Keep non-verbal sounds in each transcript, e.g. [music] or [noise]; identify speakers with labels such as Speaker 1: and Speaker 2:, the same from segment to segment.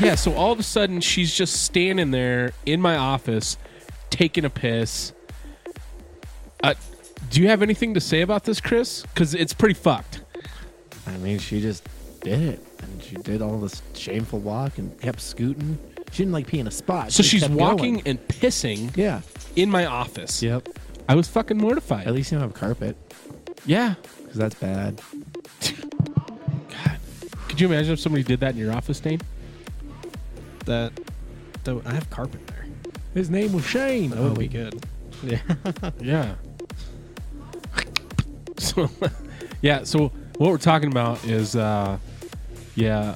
Speaker 1: yeah, so all of a sudden she's just standing there in my office taking a piss. Uh, do you have anything to say about this, Chris? Because it's pretty fucked.
Speaker 2: I mean, she just did it, and she did all this shameful walk and kept scooting. She didn't like pee in a spot.
Speaker 1: So
Speaker 2: she
Speaker 1: she's
Speaker 2: kept
Speaker 1: walking
Speaker 2: going.
Speaker 1: and pissing
Speaker 2: Yeah.
Speaker 1: in my office.
Speaker 2: Yep.
Speaker 1: I was fucking mortified.
Speaker 2: At least you don't have carpet,
Speaker 1: yeah.
Speaker 2: because that's bad.
Speaker 1: God. Could you imagine if somebody did that in your office, Dane?
Speaker 3: That, that I have carpet there.
Speaker 2: His name was Shane.
Speaker 3: That would be
Speaker 2: Oh.
Speaker 3: good. Yeah.
Speaker 1: Yeah. [laughs] So, yeah. So what we're talking about is, uh, yeah,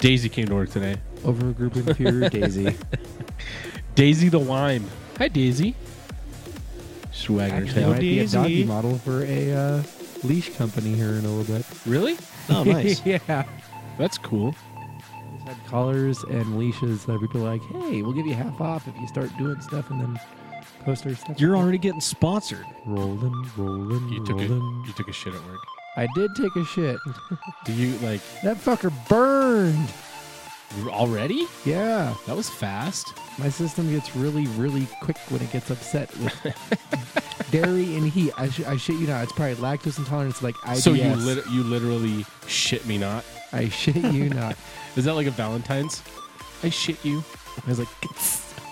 Speaker 1: Daisy came to work today.
Speaker 2: Over a group [laughs] inferior Daisy.
Speaker 1: Daisy the wine. Hi, Daisy. She's wagging her
Speaker 2: Actually,
Speaker 1: tail.
Speaker 2: might be a
Speaker 3: Daisy.
Speaker 2: doggy model for a uh, leash company here in a little bit.
Speaker 1: Really?
Speaker 2: [laughs]
Speaker 3: Oh, nice.
Speaker 2: yeah.
Speaker 1: That's cool.
Speaker 2: Just had collars and leashes that would be like, hey, we'll give you half off if you start doing stuff and then post our stuff.
Speaker 3: You're already getting sponsored.
Speaker 2: rolling, rolling,
Speaker 1: You took a,
Speaker 2: rolling.
Speaker 1: you took a shit at work.
Speaker 2: I did take a shit.
Speaker 1: Do you like
Speaker 2: That fucker burned.
Speaker 1: already?
Speaker 2: Yeah.
Speaker 1: That was fast.
Speaker 2: My system gets really, really quick when it gets upset with
Speaker 1: [laughs]
Speaker 2: dairy and heat. I, sh- I shit you not. It's probably lactose intolerance, like IBS.
Speaker 1: So you lit- you literally shit me not.
Speaker 2: I shit you not.
Speaker 1: Is that like a Valentine's? I shit you.
Speaker 2: I was like,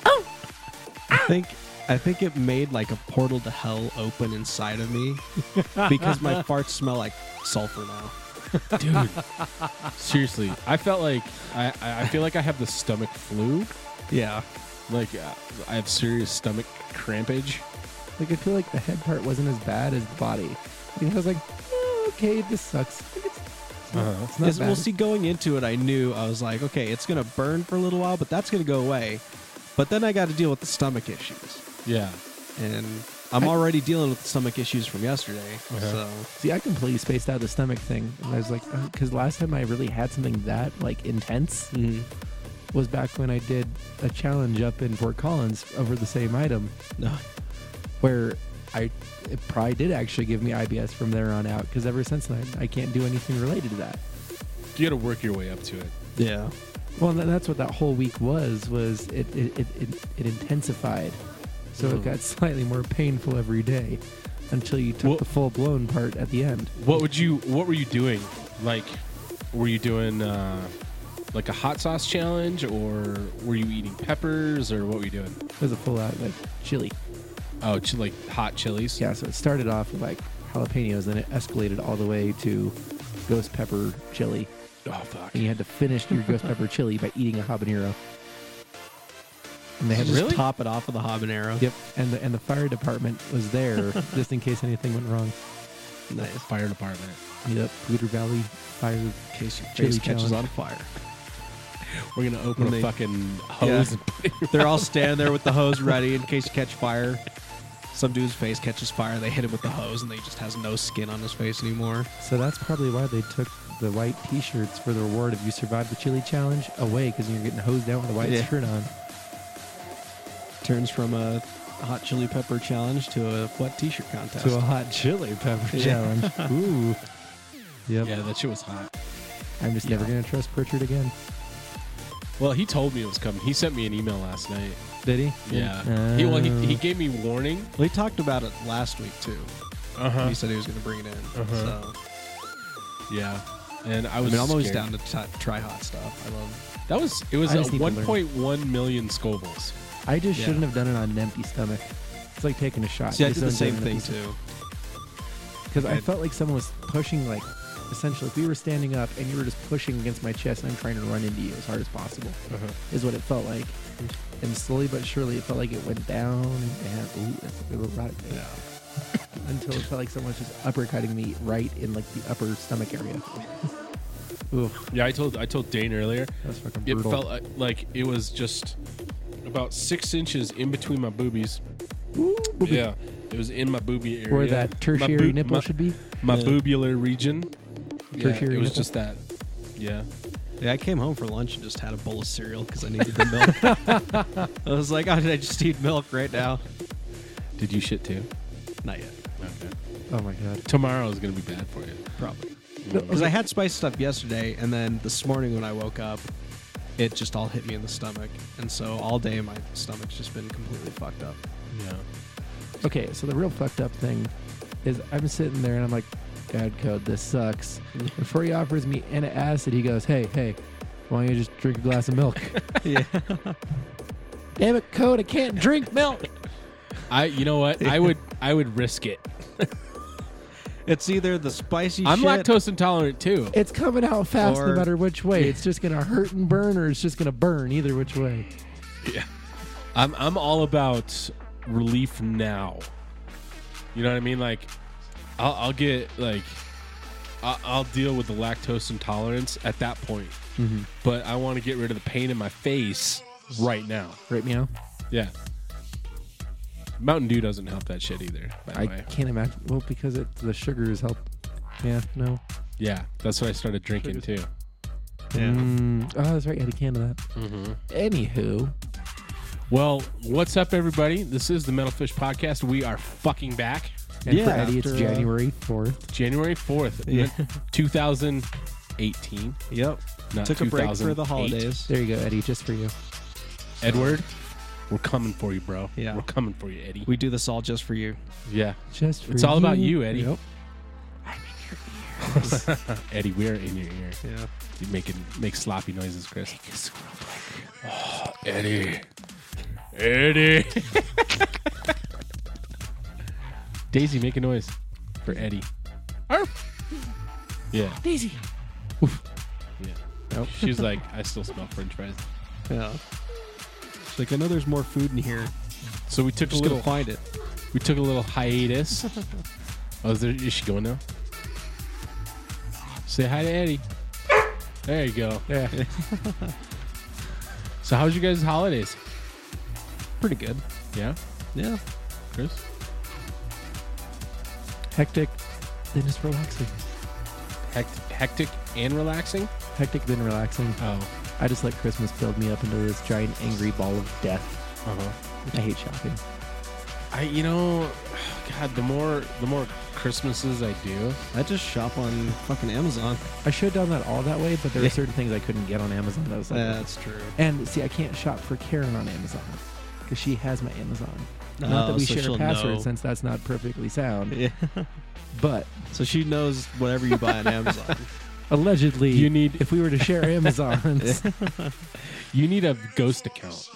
Speaker 3: I think I think it made like a portal to hell open inside
Speaker 2: [laughs]
Speaker 3: of me because my farts smell like sulfur now.
Speaker 1: [laughs] dude. seriously, I felt like I, I I feel like I have the stomach flu.
Speaker 3: Yeah.
Speaker 1: Like uh, I have serious stomach crampage.
Speaker 2: like I feel like the head part wasn't as bad as the body. You know, I was like, "Oh, okay, this sucks. Like, It's, it's not,
Speaker 1: Uh-huh.
Speaker 2: it's not
Speaker 3: Yes,
Speaker 2: bad.
Speaker 3: well, see, going into it, I knew I was like, okay, it's gonna burn for a little while, but that's gonna go away. But then I got to deal with the stomach issues,
Speaker 1: Yeah.
Speaker 3: and I'm already dealing with the stomach issues from yesterday.
Speaker 1: Okay.
Speaker 2: Uh-huh.
Speaker 3: So
Speaker 2: See, I completely spaced out the stomach thing, and I was like, because last time I really had something that like intense was back when I did a challenge up in Fort Collins over the same item,
Speaker 3: no,
Speaker 2: where I it probably did actually give me IBS from there on out. Because ever since then, I can't do anything related to that.
Speaker 1: You got to work your way up to it.
Speaker 3: yeah,
Speaker 2: Well, and that's what that whole week was. Was it it, it, it, it intensified, so it
Speaker 1: Mhm.
Speaker 2: got [laughs] slightly more painful every day, until you took
Speaker 1: Well-
Speaker 2: the full blown part at the end.
Speaker 1: What would you? What were you doing? Like, were you doing uh, like a hot sauce challenge, or were you eating peppers, or what were you doing?
Speaker 2: It was a full out like chili.
Speaker 1: Oh, ch- like hot chilies.
Speaker 2: Yeah, so it started off with like jalapenos, then it escalated all the way to ghost pepper chili,
Speaker 1: Oh fuck.
Speaker 2: and you had to finish your ghost pepper chili by eating a habanero. And they had
Speaker 3: just
Speaker 2: this-
Speaker 1: Really?
Speaker 3: top it off with a habanero.
Speaker 2: Yep, and the and the fire department was there
Speaker 3: [laughs]
Speaker 2: just in case anything went wrong.
Speaker 3: nice.
Speaker 1: Fire department.
Speaker 2: Yep, Poudre Valley fire
Speaker 3: In case your
Speaker 2: Chili
Speaker 3: face catches
Speaker 2: challenge.
Speaker 3: on fire.
Speaker 1: We're gonna open
Speaker 3: When
Speaker 1: a
Speaker 3: they-
Speaker 1: fucking hose. and put it-
Speaker 3: [laughs] They're all standing there with the hose ready in case you catch fire. Some dude's face catches fire. They hit him with the hose, and they just has no skin on his face anymore.
Speaker 2: So that's probably why they took the white T-shirts for the reward of you survived the chili challenge away because you're getting hosed down with a white
Speaker 3: Yeah.
Speaker 2: shirt
Speaker 3: [laughs]
Speaker 2: on.
Speaker 3: Turns from a hot chili pepper challenge to a what t-shirt contest.
Speaker 2: To a hot chili pepper
Speaker 3: Yeah. [laughs]
Speaker 2: challenge. Ooh. Yep.
Speaker 1: yeah, that shit was hot.
Speaker 2: I'm just never
Speaker 3: Yeah.
Speaker 2: gonna trust Pritchard again.
Speaker 1: Well, he told me it was coming. He sent me an email last night.
Speaker 2: Did he?
Speaker 1: Yeah. He, well, he, he
Speaker 2: Oh.
Speaker 1: gave me warning.
Speaker 3: Well, he talked about it last week too.
Speaker 1: Uh
Speaker 3: He said he was going to bring it in.
Speaker 1: Uh-huh.
Speaker 3: So
Speaker 1: Yeah. And I
Speaker 3: I
Speaker 1: was.
Speaker 3: mean, I'm always
Speaker 1: scared.
Speaker 3: down to t- try hot stuff. I love.
Speaker 1: That was. It was
Speaker 2: I
Speaker 1: uh,
Speaker 2: just need to learn.
Speaker 1: 1.1 million Scovilles.
Speaker 2: I just
Speaker 3: Yeah.
Speaker 2: shouldn't have done it on an empty stomach. It's like taking a shot.
Speaker 3: See, I did the same thing too.
Speaker 2: Because I
Speaker 3: Good.
Speaker 2: felt like someone was pushing, like, essentially, if we were standing up and you were just pushing against my chest and I'm trying to run into you as hard as possible. is what it felt like. And slowly but surely, it felt like it went down and down. Ooh, that's a little rock there.
Speaker 3: Yeah.
Speaker 2: Until it felt like someone was just uppercutting me right in like the upper stomach area. Ooh,
Speaker 1: Yeah, I told I told Dane earlier.
Speaker 2: that was fucking
Speaker 1: It
Speaker 2: brutal.
Speaker 1: felt like, like it was just about six inches in between my boobies. Yeah, it was in my boobie area.
Speaker 2: Where that tertiary
Speaker 1: my boo-
Speaker 2: nipple
Speaker 1: my,
Speaker 2: should be.
Speaker 1: My
Speaker 3: Yeah.
Speaker 1: boobular region. Yeah,
Speaker 2: Tertiary
Speaker 1: it was
Speaker 2: nipple.
Speaker 1: just that. Yeah.
Speaker 3: Yeah, I came home for lunch and just had a bowl of cereal because I needed the milk. [laughs] I was like, oh, I just need milk right now.
Speaker 1: Did you shit too?
Speaker 3: Not yet,
Speaker 1: Okay.
Speaker 2: Oh my god.
Speaker 1: Tomorrow is gonna be bad for you.
Speaker 3: probably. Because I had spice stuff yesterday, and then this morning when I woke up, it just all hit me in the stomach. And so all day my stomach's just been completely fucked up.
Speaker 1: Yeah.
Speaker 2: Okay, so the real fucked up thing is I'm sitting there and I'm like, God, code, this sucks. Before he offers me an acid, he goes, Hey, hey, why don't you just drink a glass of milk?
Speaker 3: yeah.
Speaker 2: Damn it, code, I can't drink milk.
Speaker 1: I you know what? I would I would risk it.
Speaker 3: It's either the spicy
Speaker 1: I'm
Speaker 3: shit
Speaker 1: lactose intolerant too.
Speaker 2: It's coming out fast no
Speaker 3: Or-
Speaker 2: matter which way. It's just gonna hurt and burn, or it's just gonna burn either which way.
Speaker 1: I'm I'm all about relief now. You know what I mean? Like, I'll, I'll get like, I'll, I'll deal with the lactose intolerance at that point. But I want to get rid of the pain in my face right now.
Speaker 2: Right, meow.
Speaker 1: Yeah. Mountain Dew doesn't help that shit either. By the
Speaker 2: I
Speaker 1: way,
Speaker 2: can't imagine. Well, because it the sugars help. Yeah, no.
Speaker 1: yeah, that's what I started drinking too.
Speaker 3: Yeah.
Speaker 2: Mm, oh, that's right. You had a can of that. Anywho,
Speaker 1: Well, what's up, everybody? This is the Metal Fish Podcast. We are fucking back,
Speaker 2: and
Speaker 3: Yeah,
Speaker 2: for Eddie, it's
Speaker 3: after, uh,
Speaker 2: January fourth.
Speaker 1: January fourth,
Speaker 3: Yeah.
Speaker 1: 2018.
Speaker 3: Yep.
Speaker 1: Not
Speaker 3: Took a break for the
Speaker 1: 2008.
Speaker 3: holidays.
Speaker 2: There you go, Eddie, just for you.
Speaker 1: Edward, we're coming for you, bro.
Speaker 3: Yeah.
Speaker 1: We're coming for you, Eddie.
Speaker 3: We do this all just for you.
Speaker 1: yeah.
Speaker 2: Just for
Speaker 1: It's all about
Speaker 2: you.
Speaker 1: you, Eddie.
Speaker 2: Yep.
Speaker 1: [laughs] Eddie, we're in your ear.
Speaker 3: Yeah.
Speaker 1: You making make sloppy noises, Chris. Oh, Eddie. Eddie. [laughs] Daisy, make a noise for Eddie. Yeah. Daisy. Yeah.
Speaker 3: Nope.
Speaker 1: She's like, I still smell French fries.
Speaker 3: Yeah. It's like I know there's more food in here.
Speaker 1: So we took a
Speaker 3: Just
Speaker 1: little
Speaker 3: gonna find it.
Speaker 1: we took a little hiatus. oh, is, there, is she going now? Say hi to Eddie. There you go.
Speaker 2: Yeah,
Speaker 1: So, how's your guys' holidays?
Speaker 3: [laughs] Pretty good.
Speaker 1: Yeah,
Speaker 3: Yeah.
Speaker 1: Chris.
Speaker 2: hectic, then just relaxing.
Speaker 1: Hect- hectic and relaxing.
Speaker 2: Hectic, then relaxing.
Speaker 1: Oh,
Speaker 2: I just let Christmas build me up into this giant angry ball of death.
Speaker 1: uh huh.
Speaker 2: I hate shopping.
Speaker 1: I, you know, God, the more the more Christmases I do,
Speaker 3: I just shop on fucking Amazon.
Speaker 2: I should have done that all that way, but there were certain things I couldn't get on Amazon. That was like,
Speaker 3: That's true.
Speaker 2: And see, I can't shop for Karen on Amazon because she has my Amazon. not
Speaker 3: Oh,
Speaker 2: that we
Speaker 3: so
Speaker 2: share
Speaker 3: she'll
Speaker 2: a password
Speaker 3: know.
Speaker 2: since that's not perfectly sound,
Speaker 3: [laughs] Yeah.
Speaker 2: but
Speaker 3: So she knows whatever you buy on Amazon.
Speaker 2: allegedly,
Speaker 1: You need-
Speaker 2: if we were to share Amazons,
Speaker 1: you need a ghost account.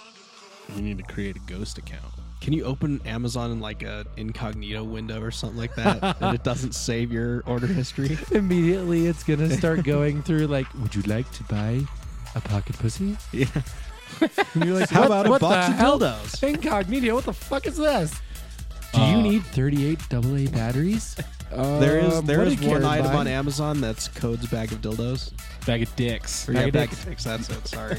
Speaker 1: You need to create a ghost account.
Speaker 3: Can you open Amazon in like a incognito window or something like that, and it [laughs] doesn't save your order history?
Speaker 2: immediately it's [laughs] gonna start going through like, would you like to buy a pocket pussy?
Speaker 3: Yeah.
Speaker 2: [laughs] And you're like,
Speaker 3: How
Speaker 2: what-
Speaker 3: about a
Speaker 2: what
Speaker 3: box
Speaker 2: the
Speaker 3: of
Speaker 2: hell?
Speaker 3: dildos?
Speaker 2: Incognito, what the fuck is this? Do
Speaker 1: Uh,
Speaker 2: you need 38 AA batteries?
Speaker 3: There is
Speaker 2: Um,
Speaker 3: there
Speaker 2: what
Speaker 3: is
Speaker 2: did
Speaker 3: one
Speaker 2: Karen
Speaker 3: item
Speaker 2: buy?
Speaker 3: on Amazon that's Code's bag of dildos.
Speaker 1: Bag of dicks.
Speaker 3: Or
Speaker 2: Bag
Speaker 3: yeah,
Speaker 2: of
Speaker 3: bag
Speaker 2: dicks.
Speaker 3: of dicks. That's it. Sorry.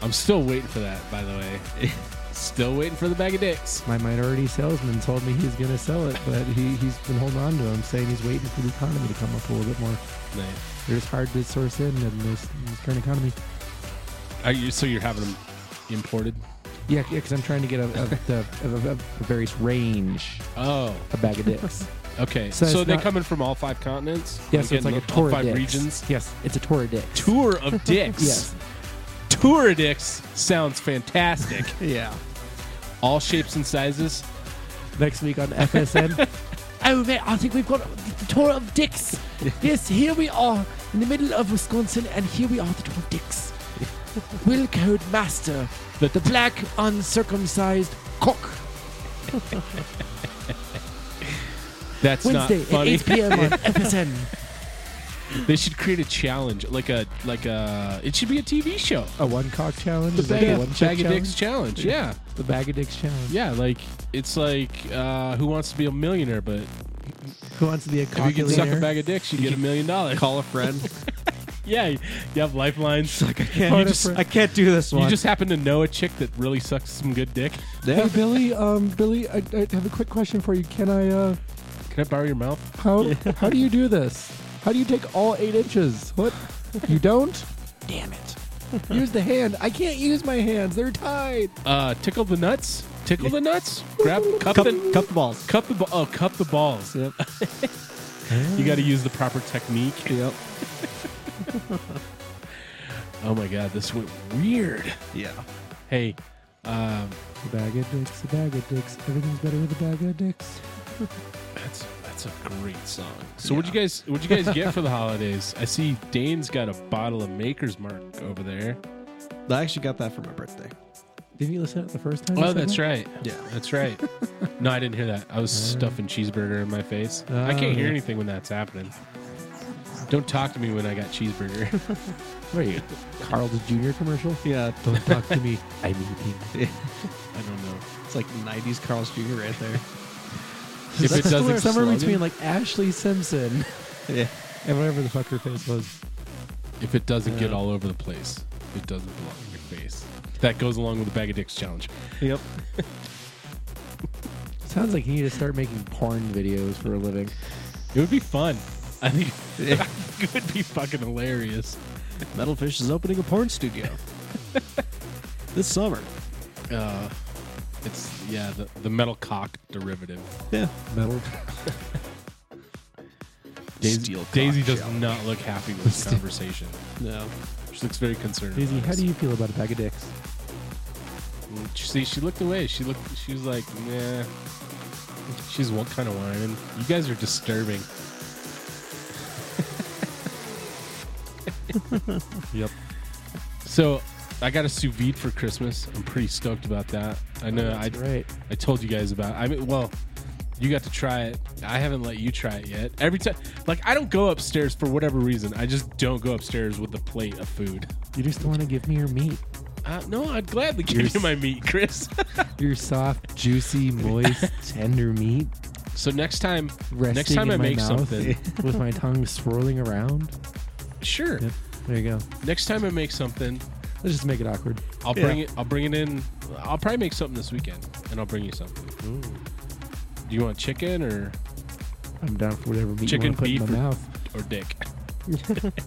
Speaker 1: I'm still waiting for that. By the way, [laughs] still waiting for the bag of dicks.
Speaker 2: My minority salesman told me he's going to sell it, but he, he's been holding on to him, saying he's waiting for the economy to come up a little bit more.
Speaker 1: Nice.
Speaker 2: They're just hard to source in in this, in this current economy.
Speaker 1: Are you so you're having them imported?
Speaker 2: Yeah, because I'm trying to get a, a, the a, a, a various range
Speaker 1: Oh,
Speaker 2: of bag of [laughs] dicks.
Speaker 1: okay.
Speaker 2: So
Speaker 1: So,
Speaker 2: it's
Speaker 1: they
Speaker 2: not-
Speaker 1: come in from all five continents.
Speaker 2: yeah, so it's
Speaker 1: Getting
Speaker 2: like a
Speaker 1: all- all
Speaker 2: tour of
Speaker 1: five
Speaker 2: dicks.
Speaker 1: regions.
Speaker 2: Yes, it's a tour of dicks.
Speaker 1: Tour
Speaker 2: [laughs]
Speaker 1: of dicks.
Speaker 2: Yes.
Speaker 1: Tour of dicks sounds fantastic.
Speaker 3: [laughs] yeah.
Speaker 1: all shapes and sizes.
Speaker 2: Next week on FSN. [laughs] oh, man, I think we've got the tour of [laughs] dicks. yes, here we are in the middle of Wisconsin, and here we are, the tour of [laughs] dicks. Will Code Master,
Speaker 1: The-
Speaker 2: the black uncircumcised cock.
Speaker 1: That's
Speaker 2: Wednesday
Speaker 1: not
Speaker 2: at
Speaker 1: funny.
Speaker 2: 8 p.m. [laughs] on FSN.
Speaker 1: They should create a challenge, like a like a. It should be a TV show.
Speaker 2: A one cock challenge?
Speaker 1: The
Speaker 2: Is that
Speaker 1: bag,
Speaker 2: one
Speaker 1: of,
Speaker 2: chick
Speaker 1: bag of
Speaker 2: challenge?
Speaker 1: dicks challenge. Yeah,
Speaker 2: The bag of dicks challenge.
Speaker 1: yeah. Like it's like uh, who wants to be a millionaire? But
Speaker 2: Who wants to be a
Speaker 1: if you
Speaker 2: cock
Speaker 1: can suck a bag of dicks, you get a million dollars.
Speaker 3: Call a friend.
Speaker 1: [laughs] Yeah, you you have lifelines.
Speaker 3: like I [laughs] can't.
Speaker 2: Call
Speaker 3: you
Speaker 2: a
Speaker 3: just-
Speaker 2: friend.
Speaker 3: I can't do this one.
Speaker 1: You just happen to know a chick that really sucks some good dick.
Speaker 3: yeah.
Speaker 2: Billy, um, Billy, I, I have a quick question for you. Can I, uh,
Speaker 1: Can I borrow your mouth?
Speaker 2: [laughs] How how do you do this? How do you take all eight inches? What? [laughs] You don't? Damn it! Use the hand. I can't use my hands. They're tied.
Speaker 1: Uh, tickle the nuts. Tickle the nuts. Grab cup,
Speaker 3: cup,
Speaker 1: the
Speaker 3: cup the balls.
Speaker 1: cup the ba- oh cup the balls. [laughs]
Speaker 3: Yep.
Speaker 1: You got to use the proper technique.
Speaker 3: Yep.
Speaker 1: Oh my god, this went weird.
Speaker 3: Yeah.
Speaker 1: Hey, um,
Speaker 2: A bag of dicks, a bag of dicks. Everything's better with a bag of dicks.
Speaker 1: that's that's a great song. So what'd you guys what'd you guys get for the holidays? I see Dane's got a bottle of Maker's Mark over there.
Speaker 3: I actually got that for my birthday.
Speaker 2: Didn't you listen to it the first time?
Speaker 1: Oh, that's right.
Speaker 3: Yeah.
Speaker 1: That's right. no, I didn't hear that. [laughs] I was stuffing cheeseburger in my face. I
Speaker 2: Oh.
Speaker 1: can't hear anything when that's happening. Don't talk to me when I got cheeseburger. Where are you?
Speaker 2: Carl's Jr. commercial.
Speaker 3: Yeah.
Speaker 2: Don't talk to me. I'm eating.
Speaker 1: [laughs] I don't know.
Speaker 3: It's like 90s Carl's Jr. right there.
Speaker 1: If it
Speaker 2: That's
Speaker 1: doesn't
Speaker 2: somewhere, somewhere
Speaker 1: slogan?
Speaker 2: between like
Speaker 1: [laughs]
Speaker 2: Ashley Simpson
Speaker 3: Yeah.
Speaker 2: and whatever the fuck her face was.
Speaker 1: If it doesn't get
Speaker 2: Yeah.
Speaker 1: all over the place, it doesn't belong in your face. That goes along with the bag of dicks challenge.
Speaker 3: Yep.
Speaker 2: Sounds like you need to start making porn videos for a living.
Speaker 1: It would be fun. I think
Speaker 3: Yeah.
Speaker 1: [laughs] it would be fucking hilarious.
Speaker 3: Metalfish is opening a porn [laughs] studio this summer.
Speaker 1: Uh, it's yeah, the, the metal cock derivative.
Speaker 3: Yeah.
Speaker 2: Metal.
Speaker 1: Daisy,
Speaker 3: Steel cock
Speaker 1: Daisy does
Speaker 3: shell.
Speaker 1: not look happy with [laughs] this
Speaker 2: Steel-
Speaker 1: conversation.
Speaker 3: No.
Speaker 1: She looks very concerned.
Speaker 2: Daisy,
Speaker 1: about
Speaker 2: how
Speaker 1: us.
Speaker 2: do you feel about a bag of dicks?
Speaker 1: Mm, she- See, she looked away. She looked. She was like, "Nah." She's what kind of whining? You guys are disturbing. yep. So, I got a sous vide for Christmas. I'm pretty stoked about that. I know. Uh, I
Speaker 2: That's right.
Speaker 1: I told you guys about. It. I mean, well, you got to try it. I haven't let you try it yet. Every time, like, I don't go upstairs for whatever reason. I just don't go upstairs with a plate of food.
Speaker 2: You just want to give me your meat.
Speaker 1: Uh, no, I'd gladly give
Speaker 2: You're
Speaker 1: you my meat, Chris.
Speaker 2: Your soft, [laughs] juicy, moist, tender meat
Speaker 1: So next time,
Speaker 2: resting
Speaker 1: next time
Speaker 2: in
Speaker 1: I
Speaker 2: my
Speaker 1: make
Speaker 2: mouth [laughs]
Speaker 1: something,
Speaker 2: with my tongue swirling around.
Speaker 1: sure.
Speaker 2: Yep. There you go.
Speaker 1: Next time I make something,
Speaker 2: Let's just make it awkward.
Speaker 1: I'll
Speaker 3: Yeah.
Speaker 1: bring it. I'll bring it in. I'll probably make something this weekend, and I'll bring you something. Do you want chicken or
Speaker 2: I'm down for whatever meat
Speaker 1: Chicken
Speaker 2: you want to put
Speaker 1: beef
Speaker 2: in
Speaker 1: or-
Speaker 2: my mouth.
Speaker 1: or dick?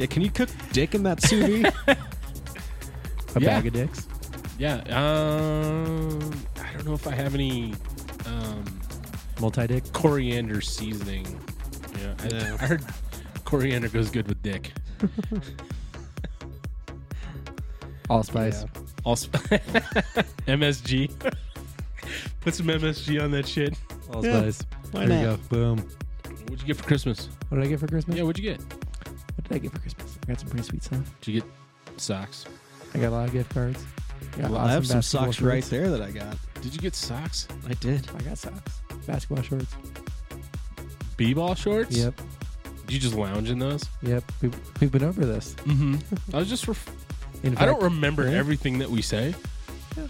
Speaker 3: Yeah. Can you cook dick in that sous [laughs] vide?
Speaker 2: A
Speaker 1: Yeah.
Speaker 2: bag of dicks.
Speaker 1: Yeah. Um, I don't know if I have any um,
Speaker 2: Multi dick.
Speaker 1: coriander seasoning. Yeah, I,
Speaker 3: Yeah.
Speaker 1: I heard coriander goes good with dick.
Speaker 2: Allspice.
Speaker 3: Yeah.
Speaker 1: Also, [laughs] MSG. Put some MSG on that shit.
Speaker 2: Allspice.
Speaker 3: Why
Speaker 2: there
Speaker 3: not?
Speaker 2: you go. Boom.
Speaker 1: What'd you get for Christmas?
Speaker 2: What did I get for Christmas?
Speaker 1: Yeah, what'd you get?
Speaker 2: What did I get for Christmas? I got some pretty sweet stuff.
Speaker 1: Did you get socks?
Speaker 2: I got a lot of gift cards. I, got
Speaker 3: Well,
Speaker 2: lots
Speaker 3: I have
Speaker 2: of
Speaker 3: some
Speaker 2: basketball
Speaker 3: socks right
Speaker 2: shorts.
Speaker 3: there that I got.
Speaker 1: Did you get socks?
Speaker 3: I did.
Speaker 2: I got socks. Basketball shorts.
Speaker 1: B-ball shorts?
Speaker 2: Yep.
Speaker 1: Did you just lounge in those?
Speaker 2: Yep. We've, we've been over this.
Speaker 1: Mm-hmm. I was just.
Speaker 3: [laughs]
Speaker 1: Ref-
Speaker 2: In
Speaker 1: I
Speaker 2: fact,
Speaker 1: don't remember
Speaker 2: yeah.
Speaker 1: everything that we say.
Speaker 2: Yeah.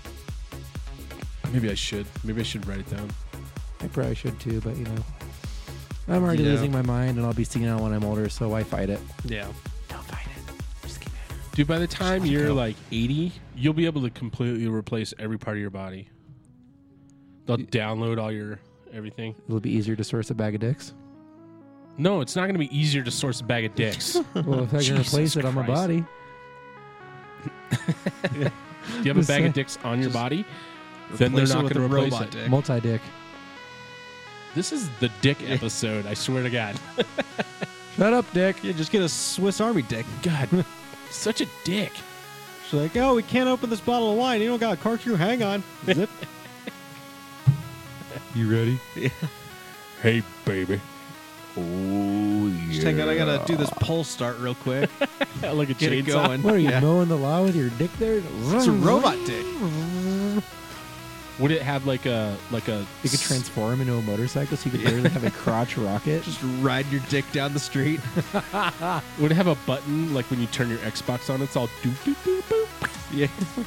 Speaker 1: Maybe I should. Maybe I should write it down.
Speaker 2: I probably should too, but you know. I'm already
Speaker 3: Yeah.
Speaker 2: losing my mind and I'll be seeing out when I'm older, so why fight it?
Speaker 3: Yeah.
Speaker 2: Don't fight it. Just keep it.
Speaker 1: Dude, by the time
Speaker 3: let it
Speaker 1: you're
Speaker 3: go.
Speaker 1: like 80, you'll be able to completely replace every part of your body. They'll download all your everything.
Speaker 2: It'll be easier to source a bag of
Speaker 3: [laughs]
Speaker 2: dicks.
Speaker 1: No, it's not going to be easier to source a bag of
Speaker 3: [laughs]
Speaker 1: dicks. Do
Speaker 2: Well, if I can
Speaker 1: Jesus
Speaker 2: replace it on my
Speaker 1: Christ.
Speaker 2: body,
Speaker 1: you have a
Speaker 2: Just
Speaker 1: bag
Speaker 2: say-
Speaker 1: of dicks on your body? Then they're
Speaker 3: Replace it
Speaker 1: not
Speaker 3: with
Speaker 1: going
Speaker 3: a
Speaker 1: to replace
Speaker 3: robot
Speaker 1: it.
Speaker 3: dick.
Speaker 2: multi dick.
Speaker 1: This is the
Speaker 3: [laughs]
Speaker 1: dick episode. I swear to God.
Speaker 2: Shut up, dick.
Speaker 3: Yeah, just get a Swiss Army dick.
Speaker 1: God,
Speaker 3: [laughs]
Speaker 1: such a dick.
Speaker 3: She's like, oh, we can't open this bottle of wine. You don't got a corkscrew. Hang on. Zip.
Speaker 2: You ready?
Speaker 1: Hey, [laughs] baby. Oh
Speaker 3: Just hang on. I gotta do this pole start real [laughs] quick.
Speaker 1: Look at
Speaker 3: Get it
Speaker 1: chainsaw.
Speaker 3: going.
Speaker 2: What are you
Speaker 3: Yeah.
Speaker 2: mowing the law with your dick there?
Speaker 3: It's a robot dick.
Speaker 1: Would it have like a like a?
Speaker 2: You could transform into a motorcycle, so you could literally have a crotch rocket.
Speaker 3: [laughs] Just ride your dick down the [laughs] street.
Speaker 1: Would it have a button like when you turn your Xbox on? It's all doop doop doop boop.
Speaker 3: yeah.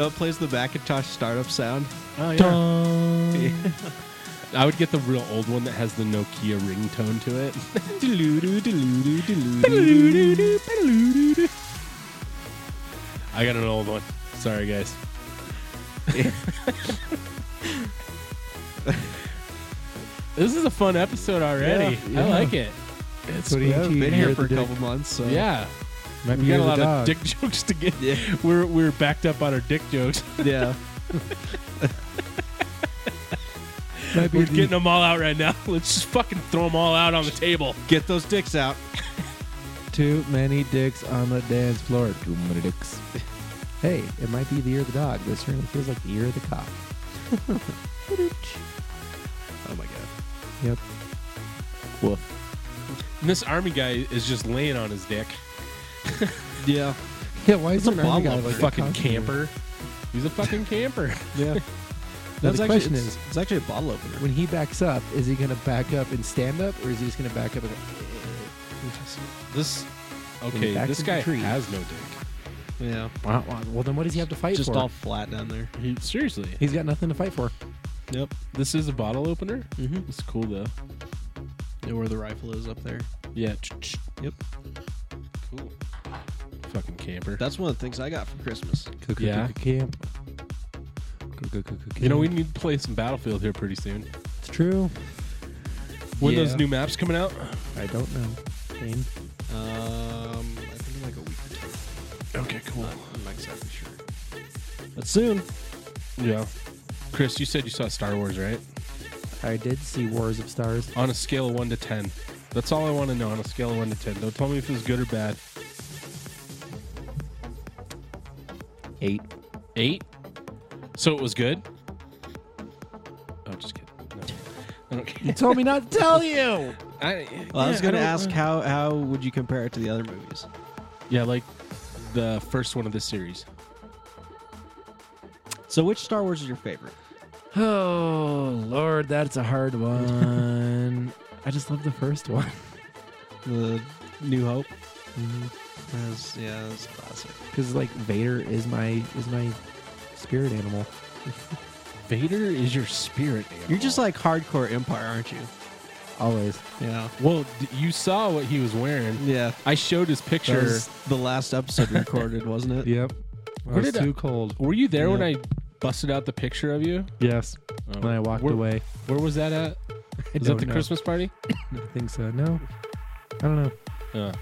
Speaker 3: No, it plays the Macintosh startup [laughs] sound.
Speaker 1: Oh I would get the real old one that has the Nokia ringtone to it. I got an old one. Sorry, guys. this is a fun episode already.
Speaker 2: Yeah,
Speaker 1: I
Speaker 2: yeah.
Speaker 1: like it. It's
Speaker 2: What do
Speaker 3: We
Speaker 2: you
Speaker 3: haven't
Speaker 2: think
Speaker 3: been
Speaker 2: you
Speaker 3: here
Speaker 2: hear
Speaker 3: for a
Speaker 2: the dick?
Speaker 3: couple months, so
Speaker 1: yeah.
Speaker 2: Might
Speaker 1: We got
Speaker 2: you're
Speaker 1: a
Speaker 2: the
Speaker 1: lot of
Speaker 2: dog.
Speaker 1: dick [laughs] jokes to get.
Speaker 3: Yeah.
Speaker 1: We're we're backed up on our dick [laughs] jokes.
Speaker 3: [laughs] yeah.
Speaker 2: Might be
Speaker 1: We're
Speaker 2: the-
Speaker 1: getting [laughs] them all out right now. Let's just fucking throw them all out on the table.
Speaker 3: Get those dicks out.
Speaker 2: Too many dicks on the dance floor. Too many
Speaker 3: [laughs]
Speaker 2: dicks. hey, it might be the year of the dog, but it certainly feels like the year of the cock.
Speaker 3: Oh my god.
Speaker 2: Yep.
Speaker 4: Woof.
Speaker 1: And this army guy is just laying on his dick.
Speaker 3: Yeah.
Speaker 2: Yeah, why is
Speaker 3: It's a
Speaker 2: there an army
Speaker 3: bomb
Speaker 2: guy
Speaker 3: of
Speaker 2: like a
Speaker 1: fucking
Speaker 2: cock here?
Speaker 1: camper. [laughs] He's a fucking camper.
Speaker 2: Yeah. Now
Speaker 3: That's
Speaker 2: the
Speaker 3: actually
Speaker 2: question
Speaker 3: it's,
Speaker 2: is,
Speaker 3: it's actually a bottle opener.
Speaker 2: when he backs up, is he going to back up and stand up, or is he just going to back up and go,
Speaker 1: This
Speaker 2: Then
Speaker 1: okay.
Speaker 2: back
Speaker 1: This
Speaker 2: to the
Speaker 1: guy
Speaker 2: tree.
Speaker 1: has no dick.
Speaker 3: Yeah.
Speaker 2: "Wah, wah." well, then what does he have to fight
Speaker 3: Just
Speaker 2: for?
Speaker 3: all flat down there.
Speaker 1: He, seriously.
Speaker 2: He's got nothing to fight for.
Speaker 1: Yep. This is a bottle opener.
Speaker 3: Mm-hmm.
Speaker 1: It's cool though.
Speaker 3: Where the rifle is up there.
Speaker 1: Yeah.
Speaker 3: Yep.
Speaker 1: Cool. Fucking camper.
Speaker 3: That's one of the things I got for Christmas.
Speaker 1: Yeah.
Speaker 2: Camp.
Speaker 1: You know we need to play some Battlefield here pretty soon.
Speaker 2: It's true.
Speaker 1: When
Speaker 3: Yeah.
Speaker 1: those new maps coming out?
Speaker 2: I don't know. Shane.
Speaker 3: Um, I think in like a week or two.
Speaker 1: Okay. Cool.
Speaker 3: I'm I'm not exactly sure. But soon.
Speaker 1: Yeah. Chris, you said you saw Star Wars, right?
Speaker 2: I did see Wars of Stars.
Speaker 1: On a scale of one to ten. That's all I want to know. On a scale of one to ten. Don't tell me if it's good or bad.
Speaker 4: Eight.
Speaker 1: Eight. So it was good. Oh, just kidding. No. I don't care.
Speaker 2: You told me not to tell you.
Speaker 1: I,
Speaker 3: [laughs] Well, I was
Speaker 1: yeah,
Speaker 3: going to
Speaker 1: don't-
Speaker 3: ask how how would you compare it to the other movies?
Speaker 1: Yeah, like the first one of this series.
Speaker 3: So which Star Wars is your favorite?
Speaker 2: [laughs] Oh Lord, that's a hard one. I just love the first one.
Speaker 3: The New Hope. That's, yeah, that's classic.
Speaker 2: Because like Vader is my is my spirit animal.
Speaker 1: Vader is your spirit animal.
Speaker 3: You're just like hardcore Empire, aren't you?
Speaker 2: Always.
Speaker 3: Yeah.
Speaker 1: well, d- you saw what he was wearing.
Speaker 3: Yeah.
Speaker 1: I showed his
Speaker 3: That
Speaker 1: picture.
Speaker 3: was the last episode recorded, wasn't [laughs] it?
Speaker 2: Yep.
Speaker 1: Where
Speaker 2: I was
Speaker 1: did I-
Speaker 2: too cold.
Speaker 1: Were you there when
Speaker 3: Yeah.
Speaker 1: I busted out the picture of you?
Speaker 2: Yes.
Speaker 1: Oh.
Speaker 2: And I walked
Speaker 1: where,
Speaker 2: away.
Speaker 1: Where was that at?
Speaker 2: I
Speaker 1: Was
Speaker 2: don't
Speaker 1: that the
Speaker 2: know.
Speaker 1: Christmas party?
Speaker 2: I think so. No. I don't know.
Speaker 1: Uh,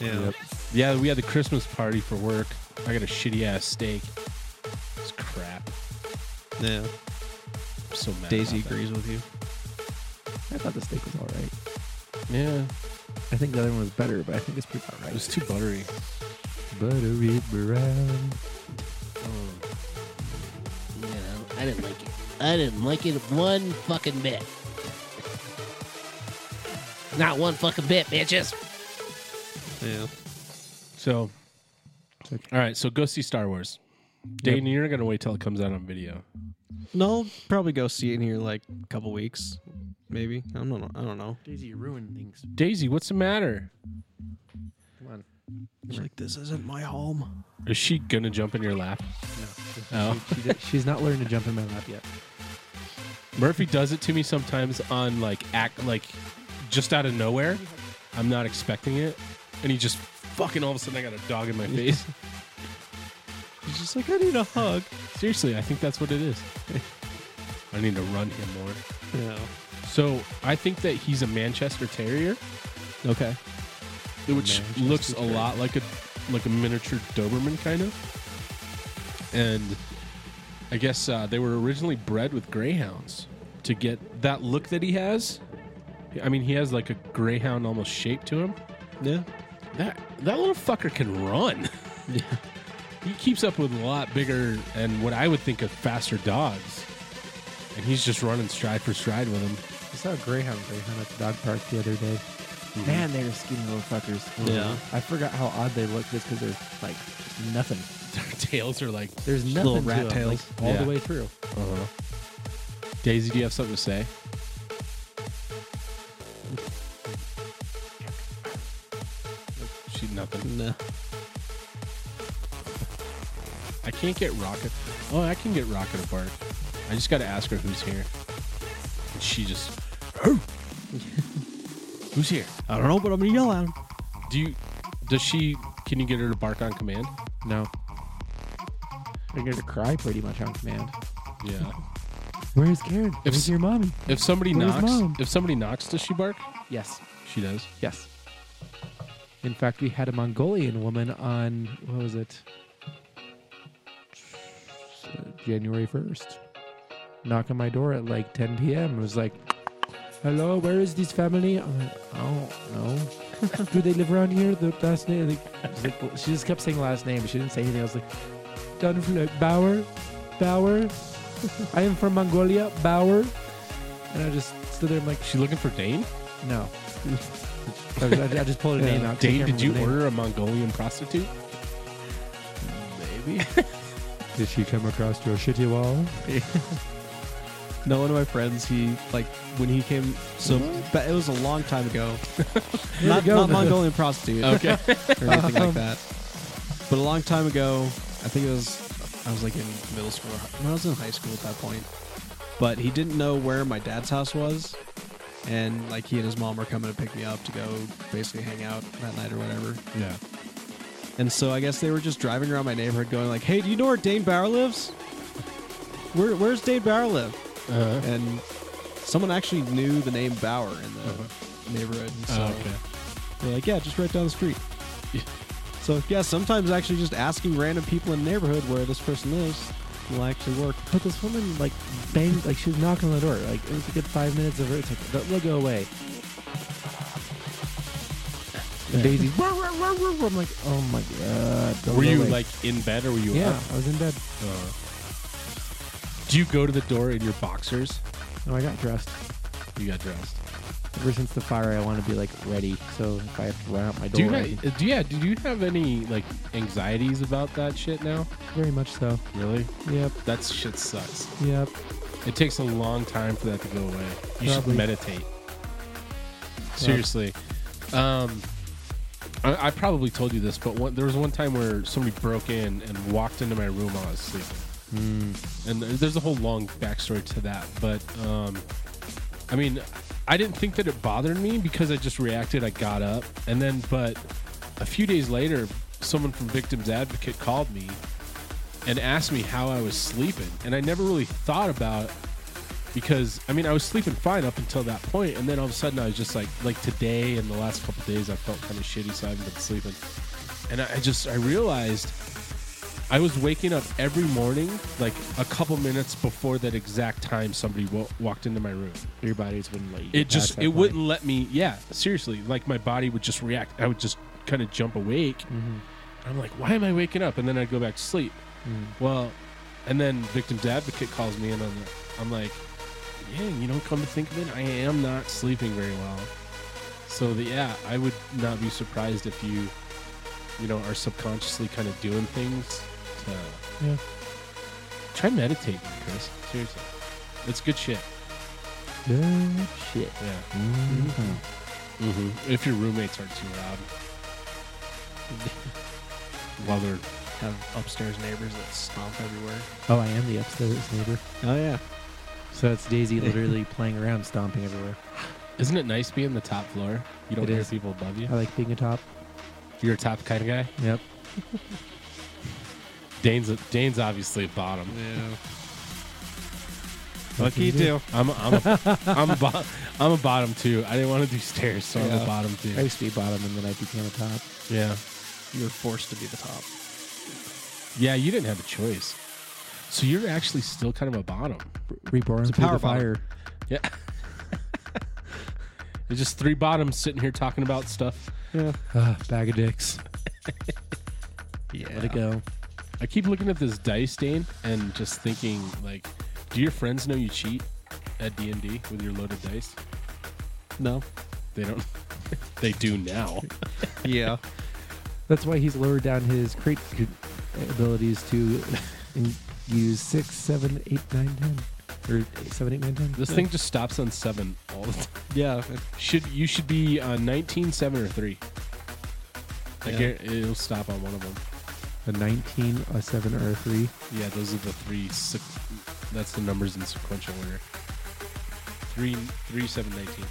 Speaker 3: Yeah.
Speaker 2: Yep.
Speaker 1: yeah, we had the Christmas party for work. I got a shitty ass steak. It's crap.
Speaker 3: Yeah.
Speaker 1: I'm so mad.
Speaker 3: Daisy
Speaker 1: about that.
Speaker 3: agrees with you.
Speaker 2: I thought the steak was all right.
Speaker 1: Yeah,
Speaker 2: I think the other one was better, but I think it's pretty all
Speaker 1: it
Speaker 2: right.
Speaker 1: was too buttery.
Speaker 2: Buttery brown.
Speaker 4: You know, I didn't like it. I didn't like it one fucking bit. Not one fucking bit, bitches.
Speaker 3: Yeah.
Speaker 1: So,
Speaker 2: okay.
Speaker 1: all right. So go see Star Wars. Dayton, you're not gonna wait till it comes out on video.
Speaker 3: No, I'll probably go see it in here like a couple weeks, maybe. I don't know. I don't know.
Speaker 2: Daisy, you ruined things.
Speaker 1: Daisy, what's the matter?
Speaker 2: Come on.
Speaker 3: She's like, this isn't my home.
Speaker 1: Is she gonna jump in your lap?
Speaker 2: No.
Speaker 1: Oh.
Speaker 2: She, she did- she's not learned to jump in my lap yet.
Speaker 1: Murphy does it to me sometimes on like act like just out of nowhere. I'm not expecting it, and he just fucking all of a sudden I got a [laughs] dog in my face.
Speaker 3: She's just like, I need a hug.
Speaker 1: Seriously, I think that's what it is. [laughs] I need to run him more.
Speaker 3: Yeah.
Speaker 1: So I think that he's a Manchester Terrier,
Speaker 3: Okay.
Speaker 1: which
Speaker 2: Manchester
Speaker 1: looks
Speaker 2: Terrier.
Speaker 1: a lot like a like a miniature Doberman kind of. And I guess uh, they were originally bred with greyhounds to get that look that he has. I mean, he has like a greyhound almost shape to him.
Speaker 3: Yeah.
Speaker 1: That that little fucker can run. [laughs]
Speaker 3: Yeah.
Speaker 1: He keeps up with a lot bigger and what I would think of faster dogs. And he's just running stride for stride with him.
Speaker 2: I saw a greyhound greyhound at the dog park the other day. Man, they were skinny little fuckers.
Speaker 3: Yeah.
Speaker 2: I forgot how odd they looked just because there's like just nothing.
Speaker 1: [laughs] Their tails are like.
Speaker 2: There's nothing
Speaker 3: little
Speaker 2: to
Speaker 3: rat
Speaker 2: them,
Speaker 3: tails.
Speaker 2: like, all
Speaker 1: Yeah.
Speaker 2: the way through.
Speaker 1: Uh-huh. Daisy, do you have something to say? She nothing.
Speaker 3: No.
Speaker 1: I can't get Rocket. Oh, I can get Rocket apart. I just got to ask her who's here. And she just. [laughs] who's here?
Speaker 3: I don't know, but I'm going to yell at him.
Speaker 1: Do you? Does she? Can you get her to bark on command?
Speaker 2: No. I get to cry pretty much on command.
Speaker 1: Yeah.
Speaker 2: Where's Karen?
Speaker 1: If s-
Speaker 2: Where's your mommy?
Speaker 1: [laughs] If somebody
Speaker 2: Where's
Speaker 1: knocks,
Speaker 2: Mom?
Speaker 1: if somebody knocks, does she bark?
Speaker 2: Yes.
Speaker 1: She does.
Speaker 2: Yes. In fact, we had a Mongolian woman on what was it? January first. Knock on my door at like 10 p.m. and was like, hello, where is this family? I'm like, I don't know. [laughs] Do they live around here? The last name? Like, she's like- she just kept saying last name. She didn't say anything. I was like, Dunfl- Bauer, Bauer. I am from Mongolia, Bauer. And I just stood there. I'm like,
Speaker 1: She looking for Dane? [laughs]
Speaker 2: no. I, was- I- I just pulled a name out. 'cause I
Speaker 1: Dane,
Speaker 2: can't
Speaker 1: did you
Speaker 2: remember
Speaker 1: order a Mongolian prostitute?
Speaker 2: the name.
Speaker 3: Did she come across your shitty wall? no, one of my friends, he like when he came. So, but it was a long time [laughs] ago. not
Speaker 2: go,
Speaker 3: not
Speaker 2: man?
Speaker 3: Mongolian
Speaker 1: [laughs]
Speaker 3: prostitute
Speaker 1: Okay.
Speaker 3: or anything
Speaker 2: Um,
Speaker 3: like that. But a long time ago, I think it was I was like in middle school. or- No, I was in high school at that point. But he didn't know where my dad's house was, and like he and his mom were coming to pick me up to go basically hang out that night or whatever.
Speaker 1: [laughs] yeah.
Speaker 3: And so I guess they were just driving around my neighborhood going like, hey, do you know where Dane Bauer lives? Where, where's Dane Bauer live?
Speaker 1: Uh-huh.
Speaker 3: And someone actually knew the name Bauer in the neighborhood. and So
Speaker 1: Oh, okay.
Speaker 3: they're like, yeah, just right down the street. [laughs]
Speaker 1: Yeah.
Speaker 3: So yeah, sometimes actually just asking random people in the neighborhood where this person lives will actually work.
Speaker 2: But this woman like banged, like she was knocking on the door. Like it was a good five minutes of her. It's like, "Let- let go away. And Daisy, "Wah, wah, wah, wah, wah." I'm like, oh my god. don't
Speaker 1: Were
Speaker 2: go
Speaker 1: you
Speaker 2: away."
Speaker 1: like in bed or were you
Speaker 2: yeah?
Speaker 1: up?
Speaker 2: I was in bed.
Speaker 1: Uh, do you go to the door in your boxers?
Speaker 2: No, I got dressed.
Speaker 1: You got dressed.
Speaker 2: Ever since the fire, I want to be like ready. So if I have to run out my door,
Speaker 1: Do you
Speaker 2: I
Speaker 1: guys,
Speaker 2: can-
Speaker 1: uh, do, yeah, do you have any like anxieties about that shit now?
Speaker 2: very much so.
Speaker 1: Really?
Speaker 2: Yep,
Speaker 1: That shit sucks.
Speaker 2: yep.
Speaker 1: It takes a long time for that to go away. You
Speaker 2: Probably.
Speaker 1: should meditate. Seriously. Um, I, I probably told you this, but one, there was one time where somebody broke in and walked into my room while I was sleeping. And there- there's a whole long backstory to that. But um, I mean, I didn't think that it bothered me because I just reacted. I got up. And then, but a few days later, someone from Victims Advocate called me and asked me how I was sleeping. And I never really thought about it because I mean I was sleeping fine up until that point, and then all of a sudden I was just like like today and the last couple days I felt kind of shitty, so I haven't been sleeping. And I I just I realized I was waking up every morning like a couple minutes before that exact time somebody w- walked into my room.
Speaker 2: Your body's wouldn't let you.
Speaker 1: It
Speaker 2: get past
Speaker 1: just
Speaker 2: that
Speaker 1: it
Speaker 2: point.
Speaker 1: wouldn't let me. Yeah, seriously, like my body would just react. I would just kind of jump awake.
Speaker 2: Mm-hmm.
Speaker 1: I'm like, why am I waking up? And then I'd go back to sleep. Well, and then victims advocate calls me and I'm like, I'm like, yeah, you know, come to think of it, I am not sleeping very well. So the, yeah, I would not be surprised if you, you know, are subconsciously kind of doing things to
Speaker 2: Yeah.
Speaker 1: try meditating, Chris. Seriously, it's good shit.
Speaker 2: Good shit. Mm-hmm.
Speaker 1: Yeah. Mm-hmm. If your roommates aren't too loud [laughs] while they're
Speaker 3: Have upstairs neighbors that stomp everywhere.
Speaker 2: Oh, I am the upstairs neighbor.
Speaker 3: Oh yeah.
Speaker 2: So that's Daisy literally [laughs] playing around, stomping everywhere.
Speaker 1: Isn't it nice being the top floor? You don't
Speaker 2: It
Speaker 1: hear
Speaker 2: is.
Speaker 1: people above you.
Speaker 2: I like being a top.
Speaker 1: You're a top kind of guy.
Speaker 2: Yep.
Speaker 1: Dane's Dane's obviously a bottom.
Speaker 3: [laughs] Yeah.
Speaker 2: Lucky you do.
Speaker 1: I'm a, I'm a, [laughs] I'm a, bo- I'm a bottom too. I didn't want to do stairs, so I'm
Speaker 3: Yeah.
Speaker 1: a bottom too.
Speaker 2: I used to be bottom, and then I became a top.
Speaker 1: Yeah,
Speaker 3: You were forced to be the top.
Speaker 1: yeah. You didn't have a choice, so you're actually still kind of a bottom.
Speaker 2: Reborn
Speaker 3: It's a
Speaker 2: through
Speaker 3: power
Speaker 2: the fire.
Speaker 1: Yeah. [laughs] There's just three bottoms sitting here talking about stuff.
Speaker 3: Yeah.
Speaker 2: Ah, bag of dicks.
Speaker 3: Yeah.
Speaker 2: Let it go.
Speaker 1: I keep looking at this dice stain and just thinking, like, do your friends know you cheat at D and D with your loaded dice?
Speaker 3: No.
Speaker 1: They don't. [laughs] they do now.
Speaker 3: Yeah.
Speaker 2: That's why he's lowered down his crate c- abilities to [laughs] in- use six, seven, eight, nine, ten, or eight, seven, eight, nine, ten.
Speaker 1: This thing just stops on seven all the time.
Speaker 3: [laughs] yeah. it-
Speaker 1: Should you should be on 19, seven, or three? I
Speaker 3: Yeah.
Speaker 1: guarantee it'll stop on one of them.
Speaker 2: a nineteen, a seven, or a three.
Speaker 1: Yeah, those are the three. sequ- That's the numbers in sequential order. Three, three, seven, nineteen.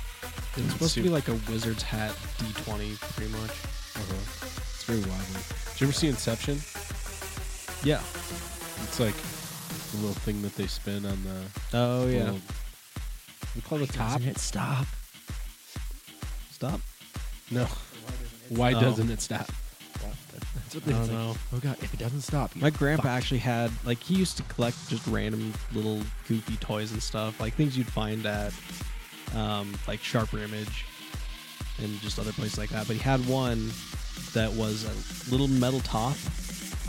Speaker 3: It's supposed to
Speaker 1: Suit.
Speaker 3: be like a wizard's hat D20, pretty much.
Speaker 1: Uh-huh. It's very wobbly. Did you ever see Inception?
Speaker 3: Yeah.
Speaker 1: It's like the little thing that they spin on the.
Speaker 3: Oh, yeah.
Speaker 1: little- we call the top.
Speaker 2: Doesn't it stop?
Speaker 3: Stop.
Speaker 1: No. Why
Speaker 3: Oh.
Speaker 1: doesn't it stop?
Speaker 2: That's what
Speaker 3: I don't
Speaker 2: it's like,
Speaker 3: know.
Speaker 2: Oh god, if it doesn't stop, you
Speaker 3: My grandpa actually had, like, he used to collect just random little goofy toys and stuff, like things you'd find at um, like Sharper Image, and just other places like that. But he had one that was a little metal top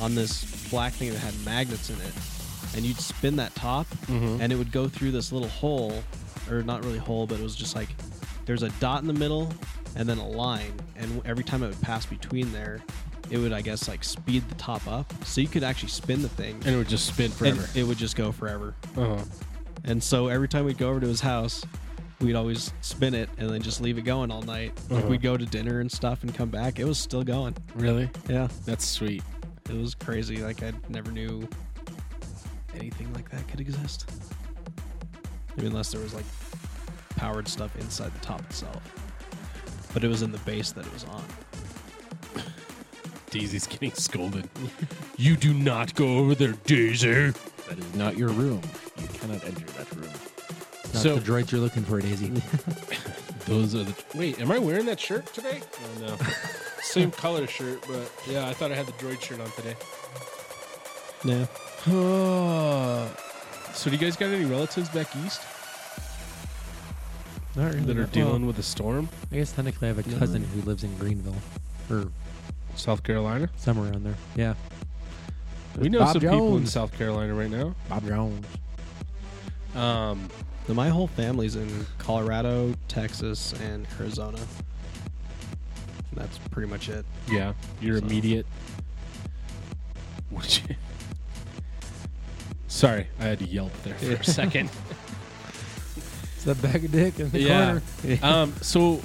Speaker 3: on this black thing that had magnets in it, and you'd spin that top,
Speaker 1: Mm-hmm.
Speaker 3: and it would go through this little hole, or not really hole, but it was just like there's a dot in the middle and then a line, and every time it would pass between there. It would, I guess, like speed the top up, so you could actually spin the thing,
Speaker 1: and it would just spin
Speaker 3: and
Speaker 1: forever.
Speaker 3: it would just go forever.
Speaker 1: uh-huh.
Speaker 3: And so every time we'd go over to his house, we'd always spin it and then just leave it going all night. Like
Speaker 1: Uh-huh.
Speaker 3: we'd go to dinner and stuff and come back. It was still going.
Speaker 1: Really?
Speaker 3: Yeah.
Speaker 1: That's sweet.
Speaker 3: It was crazy. Like I never knew anything like that could exist. I mean, unless there was like powered stuff inside the top itself. But it was in the base that it was on.
Speaker 1: Daisy's getting scolded. you do not go over there, Daisy.
Speaker 5: That is not your room. You cannot enter that room.
Speaker 2: Not
Speaker 1: So-
Speaker 2: the droid you're looking for, [laughs] Daisy.
Speaker 1: Those are the. Wait, am I wearing that shirt today? Oh, no. [laughs] Same color shirt, but yeah, I thought I had the droid shirt on today.
Speaker 3: Yeah.
Speaker 1: [sighs] so, do you guys got any relatives back east
Speaker 2: Not really.
Speaker 1: that are
Speaker 2: well,
Speaker 1: dealing with a storm?
Speaker 2: I guess technically I have a cousin who lives in Greenville or
Speaker 1: South Carolina?
Speaker 2: somewhere around there. Yeah.
Speaker 1: We know
Speaker 2: Bob
Speaker 1: some
Speaker 2: Jones.
Speaker 1: people in South Carolina right now.
Speaker 2: Bob Jones.
Speaker 1: Um,
Speaker 3: Now, my whole family's in Colorado, Texas, and Arizona. And that's pretty much it.
Speaker 1: yeah, your
Speaker 3: So-
Speaker 1: immediate. Would you- Sorry, I had to yelp there for a
Speaker 2: [laughs]
Speaker 1: second.
Speaker 2: It's that bag of dick in the
Speaker 1: yeah.
Speaker 2: corner.
Speaker 1: [laughs] um, so,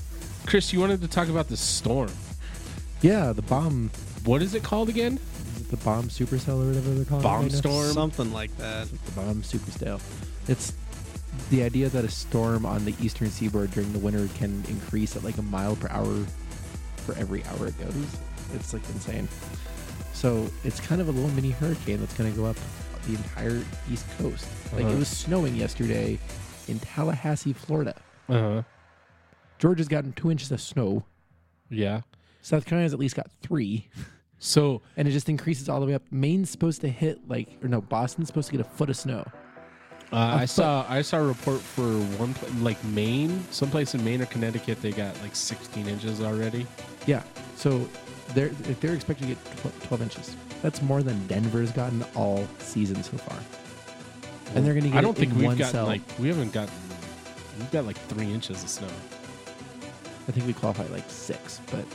Speaker 1: Chris, you wanted to talk about the storm.
Speaker 2: Yeah, the bomb.
Speaker 1: What is it called again?
Speaker 2: Is it the bomb supercell or whatever they're
Speaker 3: Oh,
Speaker 2: calling
Speaker 1: Bomb
Speaker 2: it? right now?
Speaker 1: storm?
Speaker 3: Something like that.
Speaker 2: The bomb supercell. It's the idea that a storm on the eastern seaboard during the winter can increase at like a mile per hour for every hour it goes. It's like insane. So it's kind of a little mini hurricane that's going to go up the entire east coast. Like
Speaker 1: Uh-huh.
Speaker 2: it was snowing yesterday in Tallahassee, Florida.
Speaker 1: Uh huh.
Speaker 2: Uh-huh. Georgia's gotten two inches of snow.
Speaker 1: Yeah.
Speaker 2: South Carolina's at least got three,
Speaker 1: So,
Speaker 2: and it just increases all the way up. Maine's supposed to hit like, or no, Boston's supposed to get a foot of snow.
Speaker 1: Uh, I saw I saw a report for one pla- like Maine, someplace in Maine or Connecticut, they got like 16 inches already.
Speaker 2: Yeah. So they're if they're expected to get tw- 12 inches. That's more than Denver's gotten all season so far. And they're going to get
Speaker 1: I don't
Speaker 2: it
Speaker 1: think
Speaker 2: in
Speaker 1: we've
Speaker 2: one
Speaker 1: gotten
Speaker 2: cell.
Speaker 1: like we haven't gotten we've got like three inches of snow
Speaker 2: I think we qualify like six, but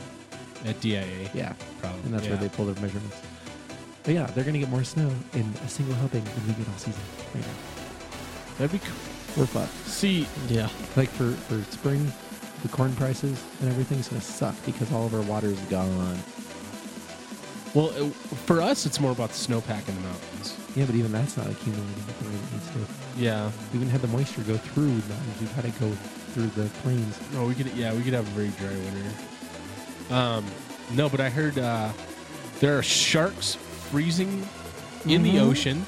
Speaker 1: at DIA.
Speaker 2: yeah,
Speaker 1: probably.
Speaker 2: and that's
Speaker 1: yeah.
Speaker 2: where they pull their measurements. But yeah, they're going to get more snow in a single helping than we get all season. Right now.
Speaker 1: That'd be cool.
Speaker 2: We're fucked.
Speaker 1: See,
Speaker 3: Yeah.
Speaker 2: Like for for spring, the corn prices and everything's going to suck because all of our water is gone.
Speaker 1: well, it, for us, it's more about the snowpack in the mountains.
Speaker 2: Yeah, but even that's not accumulating at the rate it needs to.
Speaker 1: Yeah.
Speaker 2: We even had the moisture go through the mountains. We've had it go through the plains.
Speaker 1: No, we could. Yeah, we could have a very dry winter. Um, no, but I heard uh, there are sharks freezing in the
Speaker 2: Mhm.
Speaker 1: ocean.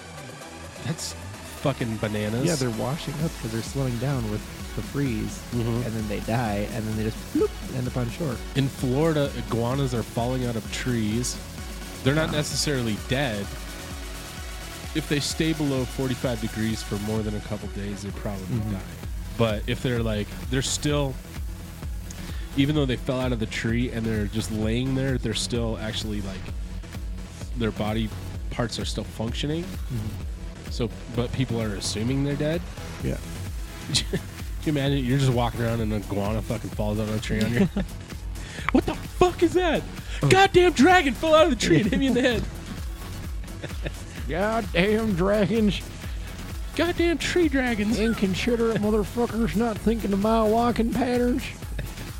Speaker 1: That's fucking bananas.
Speaker 2: Yeah, they're washing up because they're slowing down with the freeze,
Speaker 1: Mhm.
Speaker 2: and then they die, and then they just bloop, end up on shore.
Speaker 1: In Florida, iguanas are falling out of trees. They're not necessarily dead. If they stay below 45 degrees for more than a couple days, they probably die. But if they're like, they're still, even though they fell out of the tree and they're just laying there, they're still actually like, their body parts are still functioning. So, but people are assuming they're dead.
Speaker 2: Yeah.
Speaker 1: Can you imagine you're just walking around and an iguana fucking falls out of a tree on you? [laughs] what the fuck is that?
Speaker 2: Oh.
Speaker 1: Goddamn dragon fell out of the tree and hit me in the head.
Speaker 2: Goddamn dragons,
Speaker 1: Goddamn tree dragons.
Speaker 2: inconsiderate motherfuckers, not thinking of my walking patterns.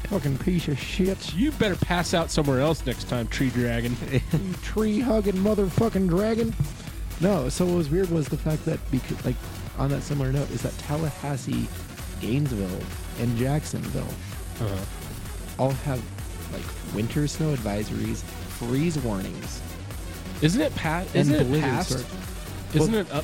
Speaker 2: Fucking piece of shit.
Speaker 1: You better pass out somewhere else next time, tree
Speaker 2: [laughs]
Speaker 1: dragon.
Speaker 2: tree hugging motherfucking dragon. No, so what was weird was the fact that because like on that similar note is that Tallahassee, Gainesville, and Jacksonville Uh-huh. all have like winter snow advisories, freeze warnings,
Speaker 1: Isn't it past? Isn't
Speaker 2: and
Speaker 1: it
Speaker 2: blizzards.
Speaker 1: past?
Speaker 2: Well,
Speaker 1: Isn't it up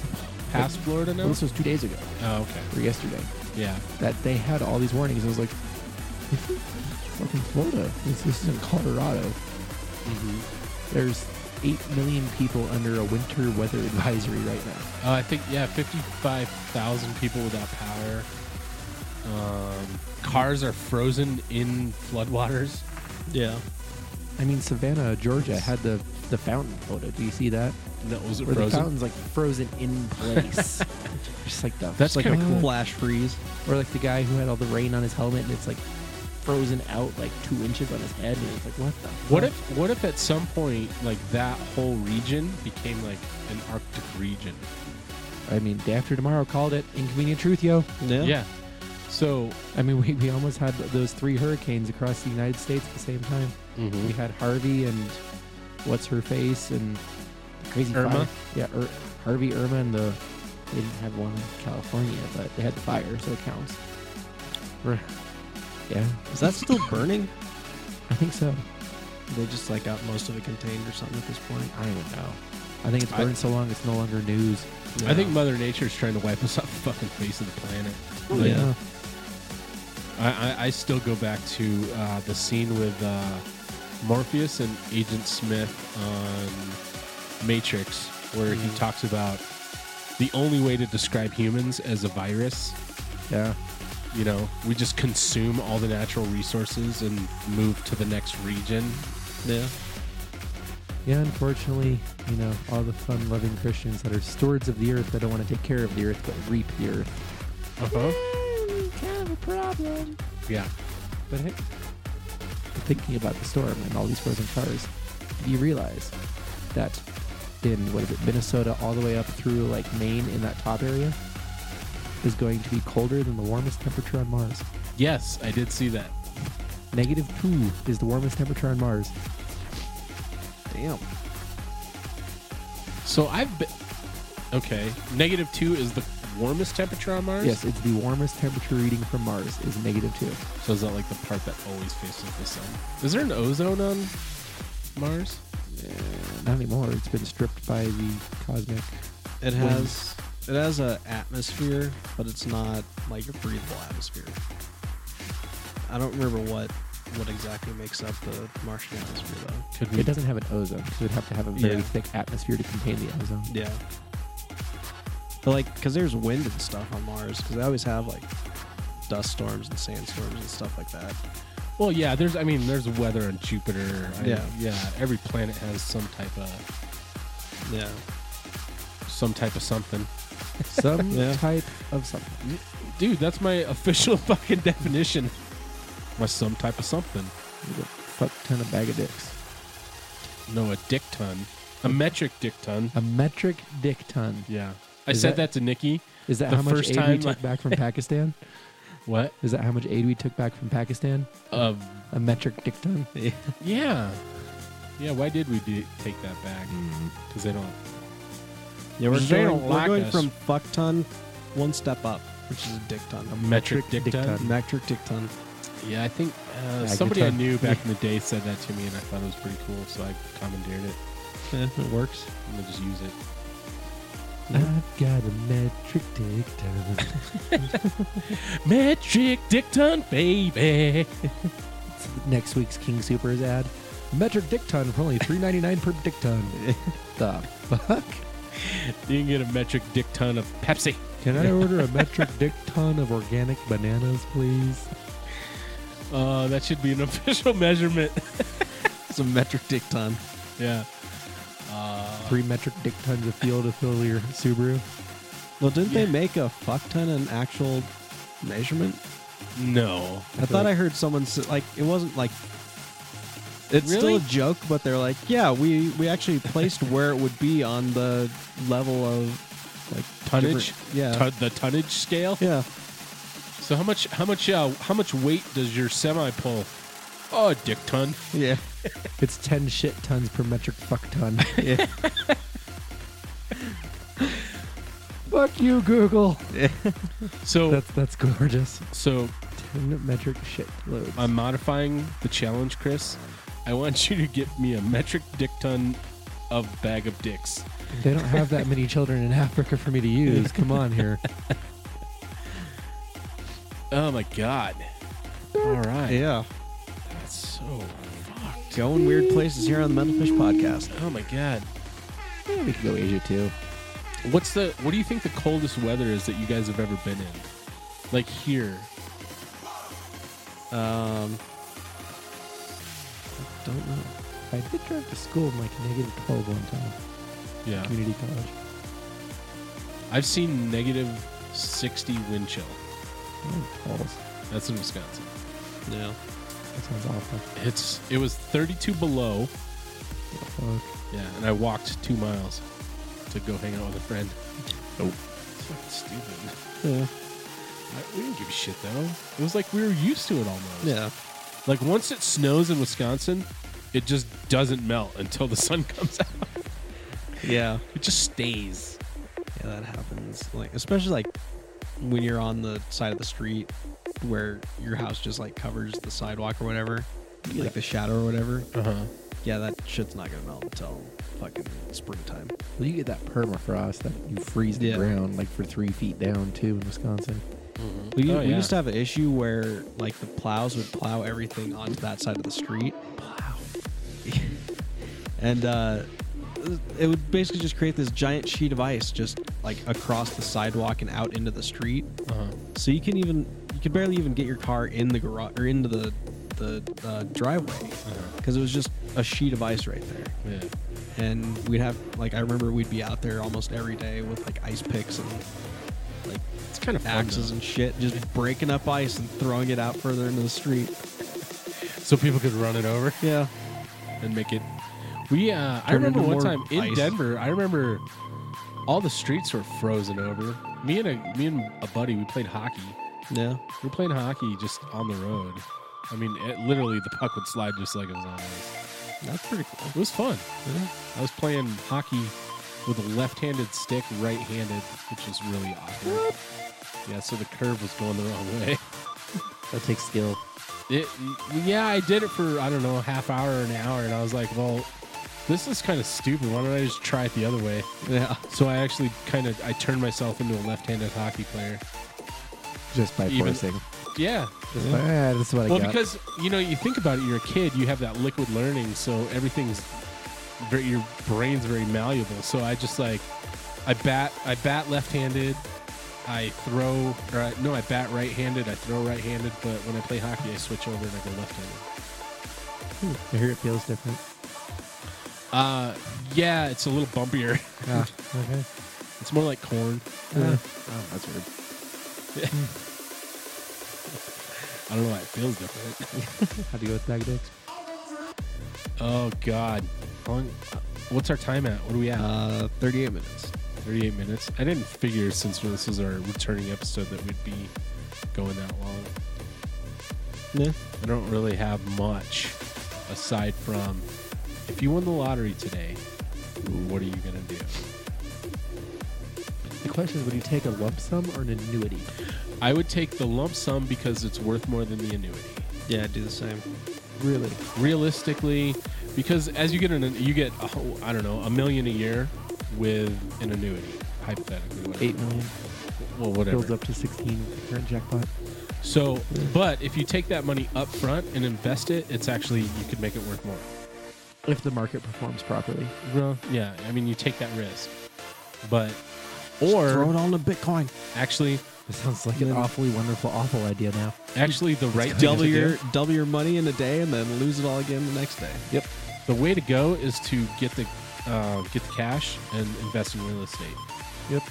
Speaker 1: past Florida now?
Speaker 2: this was two days ago
Speaker 1: Oh, okay.
Speaker 2: or yesterday
Speaker 1: Yeah.
Speaker 2: that they had all these warnings. I was like, [laughs] this is fucking Florida. This, this isn't Colorado. Mm-hmm. There's eight million people under a winter weather advisory right now.
Speaker 1: Uh, I think yeah, 55,000 people without power. Um, cars are frozen in floodwaters. [laughs]
Speaker 3: Yeah.
Speaker 2: I mean, Savannah, Georgia had the the fountain photo. Do you see that?
Speaker 1: No, was it
Speaker 2: Where the
Speaker 1: frozen?
Speaker 2: fountain's like frozen in [laughs] place. Just like the
Speaker 1: That's
Speaker 3: It's like a
Speaker 1: kinda cool.
Speaker 3: flash freeze.
Speaker 2: or like the guy who had all the rain on his helmet and it's like frozen out like two inches on his head and it's like what the
Speaker 1: What
Speaker 2: fuck?
Speaker 1: if what if at some point like that whole region became like an Arctic region?
Speaker 2: I mean, day after tomorrow called it inconvenient truth, yo.
Speaker 3: Yeah.
Speaker 1: So
Speaker 2: I mean, [laughs] we, we almost had th- those three hurricanes across the United States at the same time. We had Harvey and what's her face and crazy
Speaker 1: Irma?
Speaker 2: fire. Yeah, Ir- Harvey, Irma, and the they didn't have one in California, but they had the fire, so it counts. We're- yeah,
Speaker 3: Is that still burning?
Speaker 2: I think so.
Speaker 3: They just like got most of it contained or something at this point.
Speaker 2: I don't know. I think it's
Speaker 1: I-
Speaker 2: burned so long it's no longer news.
Speaker 1: I think Mother Nature's trying to wipe us [laughs] off the fucking face of the planet. Like,
Speaker 3: Oh, yeah.
Speaker 1: I, I, I still go back to uh, the scene with uh, Morpheus and Agent Smith on Matrix, where
Speaker 3: Mm-hmm.
Speaker 1: he talks about the only way to describe humans as a virus.
Speaker 2: Yeah.
Speaker 1: You know, we just consume all the natural resources and move to the next region.
Speaker 3: Yeah.
Speaker 2: Yeah, unfortunately, you know, all the fun loving Christians that are stewards of the earth that don't want to take care of the earth but reap the earth.
Speaker 1: Uh
Speaker 3: Uh-huh.
Speaker 1: huh.
Speaker 2: Kind of a problem.
Speaker 1: Yeah.
Speaker 2: But hey, thinking about the storm and all these frozen cars, you realize that in what is it, Minnesota, all the way up through like Maine in that top area, is going to be colder than the warmest temperature on Mars.
Speaker 1: Yes, I did see that.
Speaker 2: Negative two is the warmest temperature on Mars.
Speaker 3: Damn.
Speaker 1: So I've been. Okay. Negative two is the warmest temperature on Mars?
Speaker 2: Yes, it's the warmest temperature reading from Mars is negative two.
Speaker 1: So is that like the part that always faces the sun? Is there an ozone on Mars?
Speaker 2: Not anymore. It's been stripped by the cosmic.
Speaker 3: It has it has a atmosphere, but it's not like a breathable atmosphere. I don't remember what what exactly makes up the Martian atmosphere though.
Speaker 1: Could we?
Speaker 2: It doesn't have an ozone because it'd have to have a very
Speaker 3: Yeah.
Speaker 2: thick atmosphere to contain the ozone.
Speaker 3: Yeah. But like, because there's wind and stuff on Mars, because they always have like dust storms and sandstorms and stuff like that.
Speaker 1: Well, yeah. There's. I mean, there's weather on Jupiter. I-
Speaker 3: Yeah.
Speaker 1: yeah. Every planet has some type of
Speaker 3: [laughs] Yeah.
Speaker 1: some type of something.
Speaker 2: Some
Speaker 3: [laughs] Yeah.
Speaker 2: type of something.
Speaker 1: Dude, that's my [laughs] official fucking definition. My some type of something.
Speaker 2: There's a fuck ton of bag of dicks.
Speaker 1: No, a dick ton. A metric dick
Speaker 2: [laughs]
Speaker 1: ton.
Speaker 2: A metric dick ton.
Speaker 1: Yeah. I
Speaker 2: Is
Speaker 1: said
Speaker 2: that-
Speaker 1: that, to Nikki.
Speaker 2: Is that
Speaker 1: The
Speaker 2: how much
Speaker 1: first
Speaker 2: aid we
Speaker 1: time
Speaker 2: took
Speaker 1: I-
Speaker 2: back [laughs] from Pakistan?
Speaker 1: What?
Speaker 2: Is that how much aid we took back from Pakistan?
Speaker 1: Uh,
Speaker 2: A metric dick ton.
Speaker 1: yeah. Mm-hmm. Yeah. Why did we do, take that back? Because they don't.
Speaker 3: Yeah,
Speaker 1: we're
Speaker 3: we're
Speaker 1: They going-
Speaker 3: going,
Speaker 1: don't we're like going us.
Speaker 3: from
Speaker 1: from
Speaker 3: fuck ton one step up, which is a dick ton.
Speaker 1: A metric, dick,
Speaker 2: dick
Speaker 1: ton.
Speaker 2: ton.
Speaker 3: metric dick ton.
Speaker 1: Yeah, I think uh,
Speaker 2: Bag
Speaker 1: somebody I
Speaker 2: guitar.
Speaker 1: knew [laughs] back in the day said that to me, and I thought it was pretty cool, so I commandeered it.
Speaker 3: [laughs] it works.
Speaker 1: I'm gonna just use it.
Speaker 2: I've got a metric dick ton. [laughs]
Speaker 1: Metric dicton, baby.
Speaker 2: Next week's King Supers ad. Metric dick ton for only three ninety nine per dick [laughs] ton. the fuck?
Speaker 1: You can get a metric dicton of Pepsi.
Speaker 2: Can I order a metric dick ton of organic bananas, please?
Speaker 1: Uh, that should be an [laughs] official measurement.
Speaker 3: It's a metric dick ton.
Speaker 1: yeah. Uh,
Speaker 2: Three metric dick tons of fuel to fill your Subaru.
Speaker 3: Well, didn't
Speaker 1: Yeah.
Speaker 3: they make a fuck ton an actual measurement?
Speaker 1: no.
Speaker 3: I thought I heard someone say, like it wasn't like it's still
Speaker 1: Really?
Speaker 3: a joke, but they're like, yeah, we we actually placed where it would be on the level of like
Speaker 1: Tonnage?
Speaker 3: different- Yeah,
Speaker 1: Ton- the tonnage scale.
Speaker 3: yeah.
Speaker 1: So how much? How much? Uh, how much weight does your semi pull? Oh, a dick ton.
Speaker 3: Yeah.
Speaker 2: It's ten shit tons per metric fuck ton.
Speaker 3: Yeah.
Speaker 2: [laughs] Fuck you, Google.
Speaker 1: So
Speaker 2: That's that's gorgeous.
Speaker 1: so
Speaker 2: Ten metric shit loads.
Speaker 1: I'm modifying the challenge, Chris. I want you to get me a metric dick ton of bag of dicks.
Speaker 2: they don't have that many children in Africa
Speaker 1: [laughs]
Speaker 2: for me to use. Come on here.
Speaker 1: Oh my god. All right. [laughs]
Speaker 3: yeah.
Speaker 1: That's so fucked.
Speaker 3: Going weird places here on the Metal Fish podcast.
Speaker 1: Oh my god.
Speaker 2: Yeah, we could go Asia too.
Speaker 1: What's the what do you think the coldest weather is that you guys have ever been in? Like here.
Speaker 3: Um, I don't know.
Speaker 2: I did drive to school in like negative 12 one time,
Speaker 1: Yeah.
Speaker 2: community college.
Speaker 1: I've seen negative 60 wind chill.
Speaker 2: Oh, balls.
Speaker 1: That's in Wisconsin.
Speaker 3: No.
Speaker 2: That sounds awful.
Speaker 1: It's it was 32 below.
Speaker 2: Fuck.
Speaker 1: Yeah, and I walked two miles to go hang out with a friend. Oh, fucking stupid.
Speaker 3: Yeah.
Speaker 1: I, we didn't give a shit though. It was like we were used to it almost.
Speaker 3: Yeah.
Speaker 1: Like once it snows in Wisconsin, it just doesn't melt until the [laughs] sun comes out.
Speaker 3: [laughs] Yeah.
Speaker 1: It just stays.
Speaker 3: Yeah, that happens. Like especially like when you're on the side of the street where your house just like covers the sidewalk or whatever, like the shadow or whatever.
Speaker 1: Uh huh.
Speaker 3: Yeah, that shit's not gonna melt until fucking springtime.
Speaker 2: Well, you get that permafrost that you freeze the
Speaker 3: Yeah.
Speaker 2: ground like for three feet down too in Wisconsin.
Speaker 3: We,
Speaker 1: Oh,
Speaker 3: we
Speaker 1: yeah.
Speaker 3: used to have an issue where like the plows would plow everything onto that side of the street. [laughs] and uh, it would basically just create this giant sheet of ice just like across the sidewalk and out into the street.
Speaker 1: Uh huh.
Speaker 3: So you can even you could barely even get your car in the garage or into the the uh, driveway because it was just a sheet of ice right there.
Speaker 1: Yeah.
Speaker 3: And we'd have like I remember we'd be out there almost every day with like ice picks and like
Speaker 1: It's kind of fun,
Speaker 3: axes
Speaker 1: though.
Speaker 3: and shit, just breaking up ice and throwing it out further into the street.
Speaker 1: so people could run it over.
Speaker 3: Yeah,
Speaker 1: and make it. We uh, I
Speaker 3: Turn
Speaker 1: remember
Speaker 3: into
Speaker 1: one
Speaker 3: more
Speaker 1: time in
Speaker 3: ice.
Speaker 1: Denver. I remember all the streets were frozen over. Me and a me and a buddy we played hockey.
Speaker 3: yeah,
Speaker 1: We were playing hockey just on the road. I mean, it, literally the puck would slide just like it was on ice.
Speaker 3: that's pretty cool.
Speaker 1: It was fun. I was playing hockey with a left-handed stick, right-handed, which is really awkward. Yeah, so the curve was going the wrong way.
Speaker 2: That takes skill.
Speaker 1: It, yeah, I did it for I don't know a half hour or an hour, and I was like, well, this is kind of stupid. Why don't I just try it the other way?
Speaker 3: Yeah,
Speaker 1: So I actually kind of I turned myself into a left-handed hockey player.
Speaker 2: Just by
Speaker 1: Even-
Speaker 2: forcing.
Speaker 1: Yeah.
Speaker 2: Just by, ah, that's what I
Speaker 1: Well,
Speaker 2: got.
Speaker 1: because you know, you think about it, you're a kid, you have that liquid learning, so everything's very, your brain's very malleable. So I just like I bat I bat left-handed. I throw or I, no, I bat right-handed. I throw right-handed, but when I play hockey, I switch over and I go left-handed.
Speaker 2: I hear it feels different.
Speaker 1: Uh, yeah, it's a little bumpier. [laughs]
Speaker 2: Ah, okay.
Speaker 1: It's more like corn.
Speaker 2: Ah,
Speaker 5: Oh, that's weird.
Speaker 1: I don't know why it feels different.
Speaker 2: had to go with magnetics.
Speaker 1: Oh God, How long, what's our time at? What are we at?
Speaker 3: uh, thirty-eight minutes.
Speaker 1: 38 minutes. I didn't figure since this was our returning episode that we'd be going that long.
Speaker 3: Yeah,
Speaker 1: I don't really have much aside from if you won the lottery today, what are you gonna do?
Speaker 2: The question is, would you take a lump sum or an annuity?
Speaker 1: I would take the lump sum because it's worth more than the annuity.
Speaker 3: yeah, I'd do the same.
Speaker 2: Really?
Speaker 1: Realistically, because as you get an you get a whole- I don't know a million a year with an annuity hypothetically whatever.
Speaker 2: Eight million
Speaker 1: well whatever
Speaker 2: builds up to sixteen current jackpot.
Speaker 1: So, but if you take that money up front and invest it, it's actually you could make it worth more.
Speaker 2: If the market performs properly,
Speaker 1: Well, yeah, I mean you take that risk, but
Speaker 3: Throw
Speaker 1: or
Speaker 3: it all into Bitcoin.
Speaker 1: actually,
Speaker 2: it sounds like an
Speaker 3: Then-
Speaker 2: awfully wonderful, awful idea now.
Speaker 1: actually the right thing
Speaker 3: Double
Speaker 1: to
Speaker 3: your
Speaker 1: do-
Speaker 3: double your money in a day and then lose it all again the next day.
Speaker 1: Yep. The way to go is to get the uh, get the cash and invest in real estate.
Speaker 2: Yep.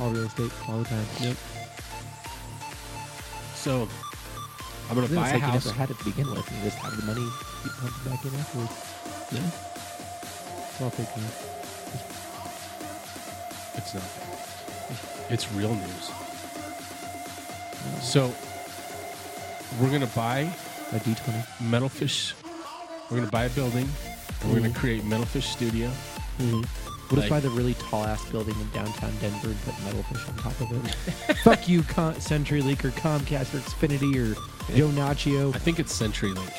Speaker 2: All real estate, all the time.
Speaker 1: Yep. So, I'm gonna
Speaker 2: Then
Speaker 1: buy
Speaker 2: it's
Speaker 1: a
Speaker 2: like
Speaker 1: house.
Speaker 2: you never had it to begin with. and You just have the money, keep pumping back in afterwards.
Speaker 3: Yeah.
Speaker 2: It's all fake news.
Speaker 1: It's not. It's real news. So, we're gonna buy
Speaker 2: A D twenty.
Speaker 1: Metalfish. We're gonna buy a building. And we're gonna create Metalfish Studio.
Speaker 2: What
Speaker 1: Like-
Speaker 2: if by the really tall ass building in downtown Denver and put metalfish on top of it? Fuck you, Con- CenturyLink or Comcast or Xfinity or Yonachio.
Speaker 1: I think it's CenturyLink.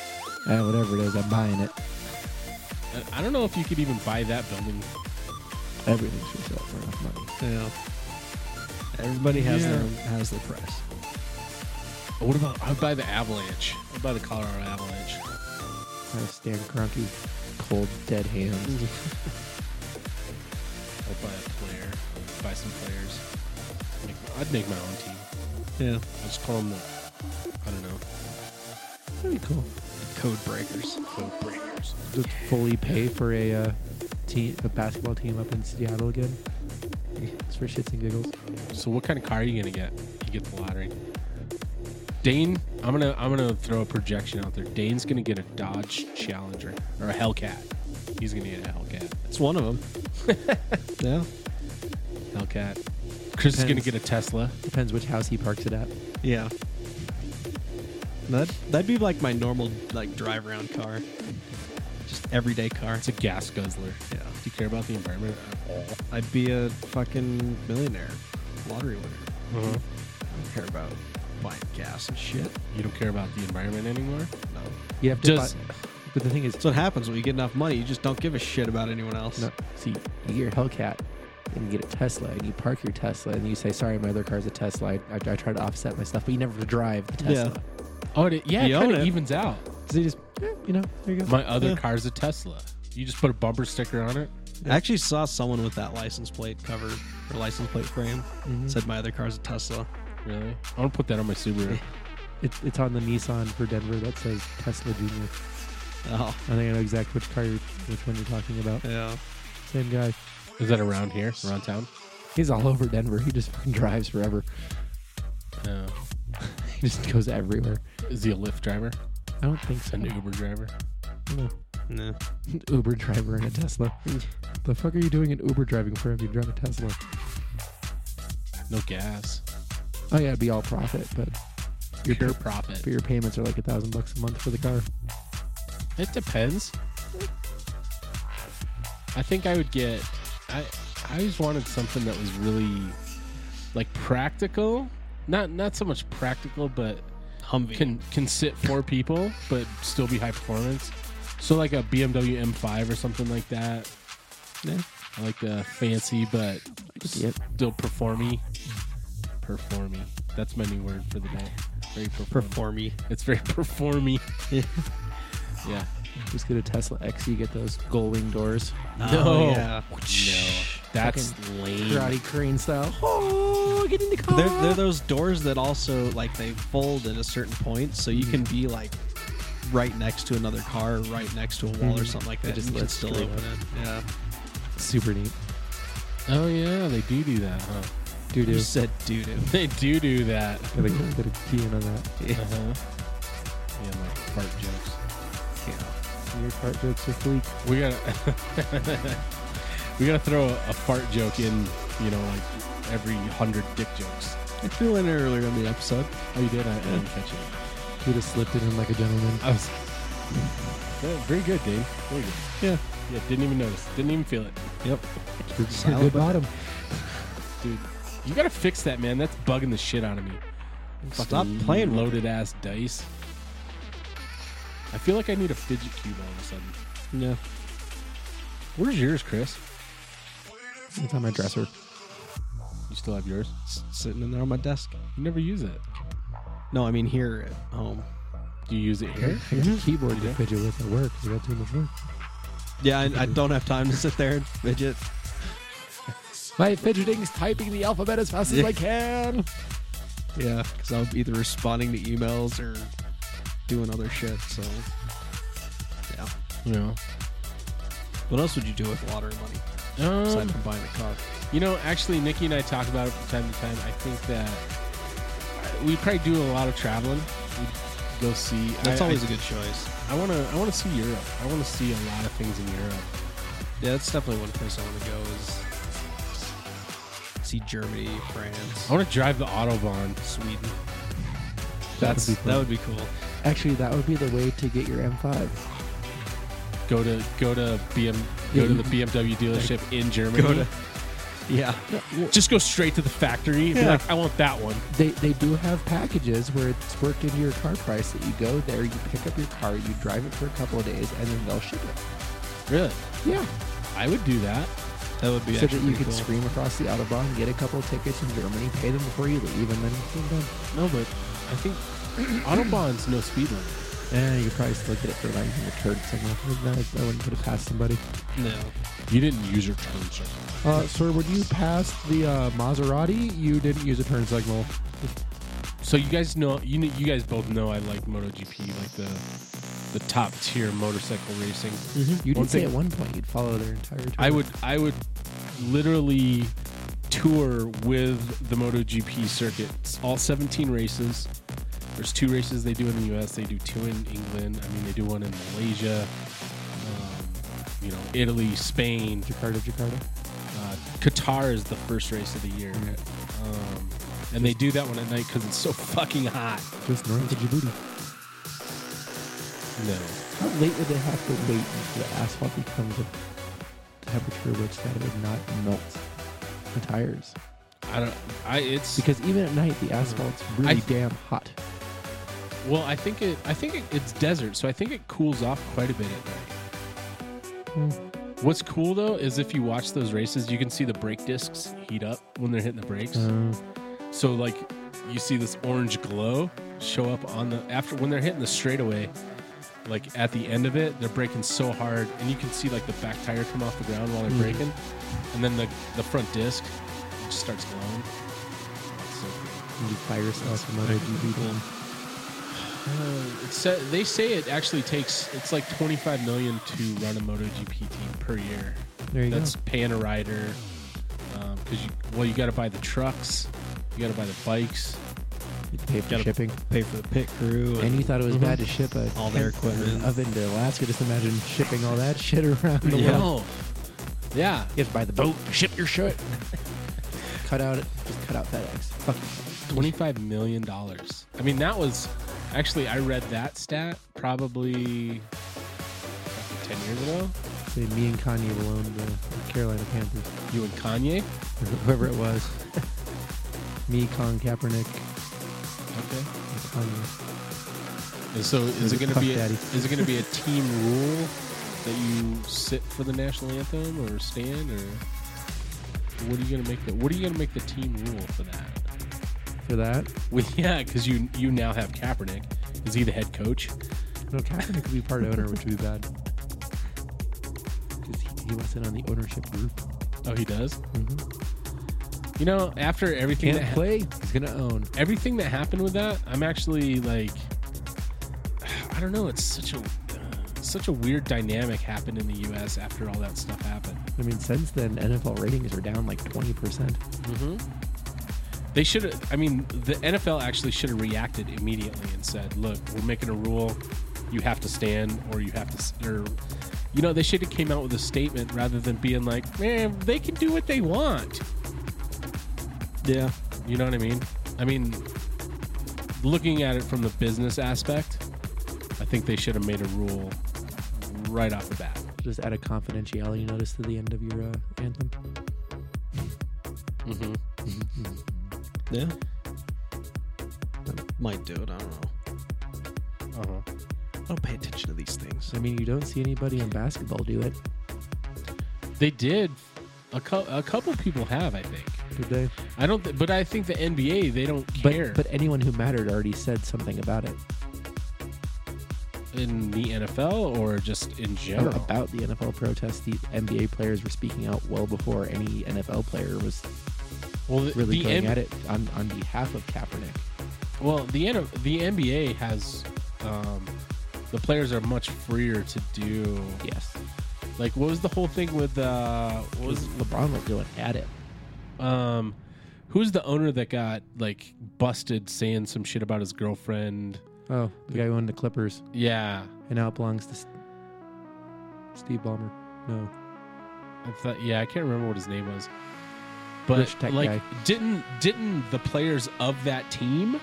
Speaker 2: Uh, whatever it is, I'm buying it.
Speaker 1: I- I don't know if you could even buy that building.
Speaker 2: Everything's for sale for enough money.
Speaker 3: Yeah. Everybody has
Speaker 1: Yeah.
Speaker 3: their own, has their price.
Speaker 1: What about I'd buy the Avalanche? I'd buy the Colorado Avalanche.
Speaker 2: I have Stan Kroenke, cold dead hands.
Speaker 1: I'd buy a player. Buy some players. Make, I'd make my own team.
Speaker 3: Yeah.
Speaker 1: I just call them the I don't know
Speaker 2: pretty cool.
Speaker 3: Code breakers.
Speaker 2: Just fully pay for a uh, team, a basketball team up in Seattle again. It's for shits and giggles.
Speaker 1: So what kind of car are you gonna get? If you get the lottery. Dane, I'm gonna I'm gonna throw a projection out there. Dane's gonna get a Dodge Challenger or a Hellcat. He's gonna get a Hellcat.
Speaker 3: It's one of them. yeah.
Speaker 1: Hellcat. Chris is gonna
Speaker 2: Depends.
Speaker 1: get a Tesla.
Speaker 2: Depends which house he parks it at.
Speaker 3: Yeah. That that'd be like my normal like drive around car. Just everyday car.
Speaker 1: It's a gas guzzler.
Speaker 3: Yeah.
Speaker 1: Do you care about the environment at all?
Speaker 3: I'd be a fucking millionaire, lottery winner. I don't care about buying gas and shit.
Speaker 1: You don't care about the environment anymore.
Speaker 3: No.
Speaker 2: You have to.
Speaker 1: Does-
Speaker 2: buy- but the thing is,
Speaker 3: That's what happens when you get enough money. You just don't give a shit about anyone else.
Speaker 2: no, see, you get your Hellcat and you get a Tesla and you park your Tesla and you say, "Sorry, my other car's a Tesla." I, I, I try to offset my stuff, but you never drive the
Speaker 3: Yeah.
Speaker 2: Tesla.
Speaker 1: Oh, it, yeah, it
Speaker 3: You own
Speaker 1: kind of
Speaker 3: it.
Speaker 1: evens out.
Speaker 2: So you just, eh, you know, there you go.
Speaker 1: My other
Speaker 3: Yeah.
Speaker 1: car's a Tesla. You just put a bumper sticker on it.
Speaker 3: I actually saw someone with that license plate cover or license plate frame.
Speaker 2: Mm-hmm.
Speaker 3: Said my other car's a Tesla.
Speaker 1: Really? I want to put that on my Subaru.
Speaker 2: It's it's on the Nissan for Denver that says Tesla Junior.
Speaker 3: Oh,
Speaker 2: I think I know exactly which car, you're, which one you're talking about.
Speaker 3: yeah.
Speaker 2: Same guy.
Speaker 1: Is that around here, around town?
Speaker 2: He's all over Denver. He just drives forever.
Speaker 1: No.
Speaker 2: He just goes everywhere.
Speaker 1: Uh, Is he a Lyft driver?
Speaker 2: I don't think so.
Speaker 1: An Uber driver?
Speaker 2: No.
Speaker 3: No.
Speaker 2: Uber driver in a [laughs] Tesla. the fuck are you doing an Uber driving for if you drive a Tesla?
Speaker 1: No gas.
Speaker 2: Oh yeah, it'd be all profit, but your
Speaker 1: Pure
Speaker 2: dirt,
Speaker 1: profit.
Speaker 2: but your payments are like a thousand bucks a month for the car.
Speaker 1: It depends. I think I would get. I I always wanted something that was really like practical. Not not so much practical, but
Speaker 3: Humvee.
Speaker 1: can can sit four people but still be high performance. So like a BMW M5 or something like that.
Speaker 3: Yeah.
Speaker 1: I like the fancy but
Speaker 2: Yep.
Speaker 1: still performy. Performy. That's my new word for the day. Very perform.
Speaker 3: Performy.
Speaker 1: It's very [laughs] performy.
Speaker 3: Yeah.
Speaker 1: Yeah.
Speaker 2: Just get a Tesla X. You get those gull wing doors,
Speaker 1: No.
Speaker 3: Oh, yeah.
Speaker 1: No. That's lame.
Speaker 2: karate crane style. Oh, get in the car.
Speaker 3: They're, they're those doors that also like they fold at a certain point, so you can be like right next to another car, or right next to a wall or
Speaker 2: Mhm.
Speaker 3: something like
Speaker 2: It
Speaker 3: that.
Speaker 2: just
Speaker 3: and you can
Speaker 2: lifts
Speaker 3: still
Speaker 2: straight
Speaker 3: open it. Yeah.
Speaker 2: Super neat.
Speaker 1: Oh yeah, they do do that, huh? [laughs]
Speaker 2: Dude,
Speaker 3: You
Speaker 2: dude.
Speaker 3: said doo doo.
Speaker 1: They do do that.
Speaker 2: Gotta get a key in on that.
Speaker 1: Uh-huh. Yeah, my fart jokes.
Speaker 2: Your cart jokes are fleek.
Speaker 1: We gotta [laughs] we gotta throw a, a fart joke in. You know, like every hundred dick jokes.
Speaker 3: I threw in earlier in the episode.
Speaker 1: Oh, you did? I, I didn't catch it.
Speaker 2: You just slipped it in like a gentleman.
Speaker 1: I was [laughs] Yeah, very good, Dave. Very good.
Speaker 3: Yeah.
Speaker 1: Yeah, didn't even notice. Didn't even feel it,
Speaker 3: Yep.
Speaker 2: You're
Speaker 3: Silent
Speaker 2: good
Speaker 3: but-
Speaker 2: bottom.
Speaker 1: dude. You gotta fix that, man. That's bugging the shit out of me.
Speaker 3: Stop
Speaker 1: Fucking
Speaker 3: playing with
Speaker 1: loaded ass dice. I feel like I need a fidget cube all of a sudden.
Speaker 3: Yeah.
Speaker 1: Where's yours, Chris?
Speaker 2: It's on my dresser.
Speaker 1: You still have yours?
Speaker 3: S- sitting in there on my desk.
Speaker 1: You never use it.
Speaker 3: No, I mean here at home.
Speaker 1: Do you use it here? [laughs]
Speaker 2: I got a keyboard to fidget with at work 'cause I got too much work.
Speaker 3: Yeah, I, I [laughs] don't have time to sit there and fidget.
Speaker 2: My fidgeting's typing the alphabet as fast as I can.
Speaker 3: Yeah, because I'm either responding to emails or doing other shit. So, yeah.
Speaker 1: No.
Speaker 3: What else would you do with lottery money aside
Speaker 1: Um,
Speaker 3: from buying a car?
Speaker 1: you know, actually, Nikki and I talk about it from time to time. I think that I- we probably do a lot of traveling. We go see.
Speaker 3: That's
Speaker 1: I,
Speaker 3: always
Speaker 1: I,
Speaker 3: a good choice.
Speaker 1: I want to. I want to see Europe. I want to see a lot of things in Europe.
Speaker 3: Yeah, that's definitely one place I want to go is see Germany, France,
Speaker 1: I want to drive the Autobahn.
Speaker 3: Sweden.
Speaker 2: That's- would
Speaker 3: That's
Speaker 2: be fun.
Speaker 3: that would be cool.
Speaker 2: Actually, that would be the way to get your M5.
Speaker 1: Go to go to BM. Go to the BMW dealership in Germany.
Speaker 3: Go to- Yeah,
Speaker 1: just go straight to the factory. and Be
Speaker 3: Yeah.
Speaker 1: like, I want that one.
Speaker 2: They, they do have packages where it's worked into your car price that you go there, you pick up your car, you drive it for a couple of days, and then they'll ship it.
Speaker 1: Really?
Speaker 2: Yeah,
Speaker 1: I would do that.
Speaker 3: that would be
Speaker 2: so
Speaker 3: actually
Speaker 2: that you
Speaker 3: pretty
Speaker 2: can
Speaker 3: cool.
Speaker 2: scream across the autobahn, get a couple of tickets in Germany, pay them before you leave, and then you're done.
Speaker 1: No, but I think [clears throat] Autobahn's no speed limit.
Speaker 2: Eh, you could probably still get it for like a turd somewhere. I, I wouldn't put it past somebody.
Speaker 3: No,
Speaker 1: You didn't use your turn signal.
Speaker 2: Uh, sir, when you passed the uh, Maserati, you didn't use a turn signal.
Speaker 1: So you guys know you kn- you guys both know I like MotoGP, like the the top tier motorcycle racing.
Speaker 2: You
Speaker 1: One
Speaker 2: did say
Speaker 1: thing-
Speaker 2: at one point you'd follow their entire tour.
Speaker 1: I would I would literally tour with the MotoGP circuit. It's all 17 races. There's two races they do in the U.S. They do two in England. I mean, they do one in Malaysia, um, you know, Italy, Spain,
Speaker 2: Jakarta, Jakarta.
Speaker 1: uh, Qatar is the first race of the year, um, and they do that one at night because it's so fucking hot.
Speaker 2: Just north of Djibouti.
Speaker 1: No,
Speaker 2: How late would they have to wait until the asphalt becomes a temperature which that it would not melt the tires?
Speaker 1: I don't. I it's
Speaker 2: Because even at night,
Speaker 3: Oh.
Speaker 2: the asphalt's really
Speaker 1: th-
Speaker 2: damn hot.
Speaker 1: well, I think it. I think it, it's desert, so I think it cools off quite a bit at night. What's cool though is if you watch those races, you can see the brake discs heat up when they're hitting the
Speaker 3: Oh.
Speaker 1: brakes.
Speaker 2: Uh-huh.
Speaker 1: So like, you see this orange glow show up on the after when they're hitting the straightaway. Like at the end of it, they're braking so hard, and you can see like the back tire come off the ground while they're braking, and then the the front disc just starts glowing. It's so cool.
Speaker 2: And you buy yourself a MotoGP.
Speaker 1: It sa- they say it actually takes it's like 25 million to run a MotoGP team per year.
Speaker 2: There you
Speaker 1: That's
Speaker 2: go.
Speaker 1: paying a rider because you well you got to buy the trucks, you got to buy the bikes.
Speaker 2: You pay for
Speaker 1: Gotta-
Speaker 2: shipping.
Speaker 3: Pay for the pit crew.
Speaker 2: And you thought it was
Speaker 3: Mhm.
Speaker 2: bad to ship a
Speaker 3: All their
Speaker 2: tent or an
Speaker 3: equipment.
Speaker 2: oven to Alaska. Just imagine shipping all that shit around the
Speaker 3: Yeah.
Speaker 2: world.
Speaker 1: No. yeah.
Speaker 2: You have to buy the boat, ship your
Speaker 3: [laughs]
Speaker 2: shit. cut out, just cut out FedEx. Fuck it.
Speaker 1: 25 million dollars. I mean that was actually I read that stat probably 10 years ago.
Speaker 2: Say me and Kanye will own the Carolina Panthers,
Speaker 1: You and Kanye.
Speaker 2: or [laughs] whoever it was. me, Colin Kaepernick, um,
Speaker 1: Okay.
Speaker 2: and Kanye.
Speaker 1: And so is
Speaker 2: Who's
Speaker 1: it
Speaker 2: the
Speaker 1: going to
Speaker 2: Puff
Speaker 1: be a,
Speaker 2: Daddy?
Speaker 1: is it going to
Speaker 2: [laughs]
Speaker 1: be a team rule that you sit for the national anthem or stand or what are you going to make the what are you going to make the team rule for that? [laughs]
Speaker 2: For that,
Speaker 1: Well, yeah, because you you now have Kaepernick. Is he the head coach?
Speaker 2: no, Kaepernick could be part owner, which would be [laughs] bad. Because he, he was in on the ownership group.
Speaker 1: Oh, he does. You know, after everything
Speaker 2: Mm-hmm. Can't
Speaker 1: that ha-
Speaker 2: play. He's gonna own.
Speaker 1: everything that happened with that, I'm actually like, I don't know. It's such a such a weird dynamic happened in the U.S. after all that stuff happened.
Speaker 2: I mean, since then, NFL ratings are down like twenty percent.
Speaker 1: They should have. I mean, the NFL actually should have reacted immediately and said, "Look, we're making a rule. You have to stand, or you have to, s- or you know, they should have came out with a statement rather than being like, man, they can do what they want."
Speaker 3: yeah.
Speaker 1: You know what I mean? I mean, looking at it from the business aspect, I think they should have made a rule right off the bat.
Speaker 2: Just add a confidentiality notice to the end of your uh, anthem.
Speaker 1: Mm-hmm.
Speaker 3: Yeah. Might do it. I don't know.
Speaker 1: Uh-huh.
Speaker 3: I don't pay attention to these things.
Speaker 2: I mean, you don't see anybody in basketball do it,
Speaker 1: They did. A, cou- a couple people have, I think.
Speaker 2: did they?
Speaker 1: I don't, th- but I think the NBA they don't
Speaker 2: But
Speaker 1: care.
Speaker 2: but anyone who mattered already said something about it
Speaker 1: in the NFL or just in general?
Speaker 2: about the NFL protests. The NBA players were speaking out well before any NFL player was
Speaker 1: well, the,
Speaker 2: really
Speaker 1: the N-
Speaker 2: going at it on, on behalf of Kaepernick.
Speaker 1: Well, the N- the NBA has um, the players are much freer to do.
Speaker 2: Yes,
Speaker 1: Like, what was the whole thing with uh, what was
Speaker 2: LeBron was going at it.
Speaker 1: um, who's the owner that got like busted saying some shit about his girlfriend?
Speaker 2: Oh, the guy who owned the Clippers,
Speaker 1: Yeah,
Speaker 2: and now it belongs to S- Steve Ballmer. No,
Speaker 1: I thought. Yeah, I can't remember what his name was. But
Speaker 2: Rich tech
Speaker 1: like,
Speaker 2: guy.
Speaker 1: didn't didn't the players of that team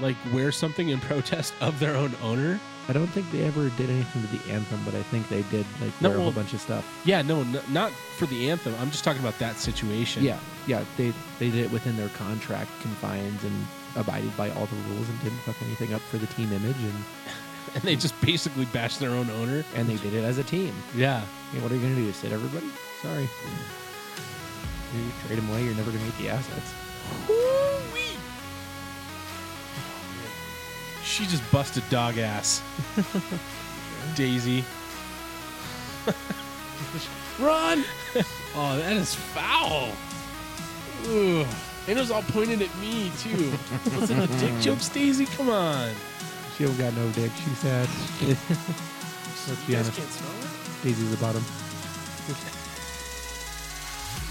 Speaker 1: like wear something in [laughs] protest of their own owner?
Speaker 2: I don't think they ever did anything to the anthem, but I think they did like
Speaker 1: No,
Speaker 2: wear a whole
Speaker 1: well-
Speaker 2: bunch of stuff.
Speaker 1: Yeah, no, n- not for the anthem. I'm just talking about that situation.
Speaker 2: Yeah, yeah, they they did it within their contract confines and abided by all the rules and didn't fuck anything up for the team image and
Speaker 1: [laughs] and they just basically bashed their own owner.
Speaker 2: and they did it as a team.
Speaker 1: Yeah,
Speaker 2: Hey, what are you gonna do? Sit everybody? Sorry. You trade them away. You're never gonna get the assets.
Speaker 1: she just busted dog [laughs] ass. [laughs] Daisy, [laughs] run! oh, that is foul. Ooh. And it was all pointed at me too. [laughs] Was it a dick joke, Stacy? Come on.
Speaker 2: She don't got no dick. She's [laughs] sad. Let's be
Speaker 1: You guys
Speaker 2: honest.
Speaker 1: can't smell it?
Speaker 2: Daisy's the bottom.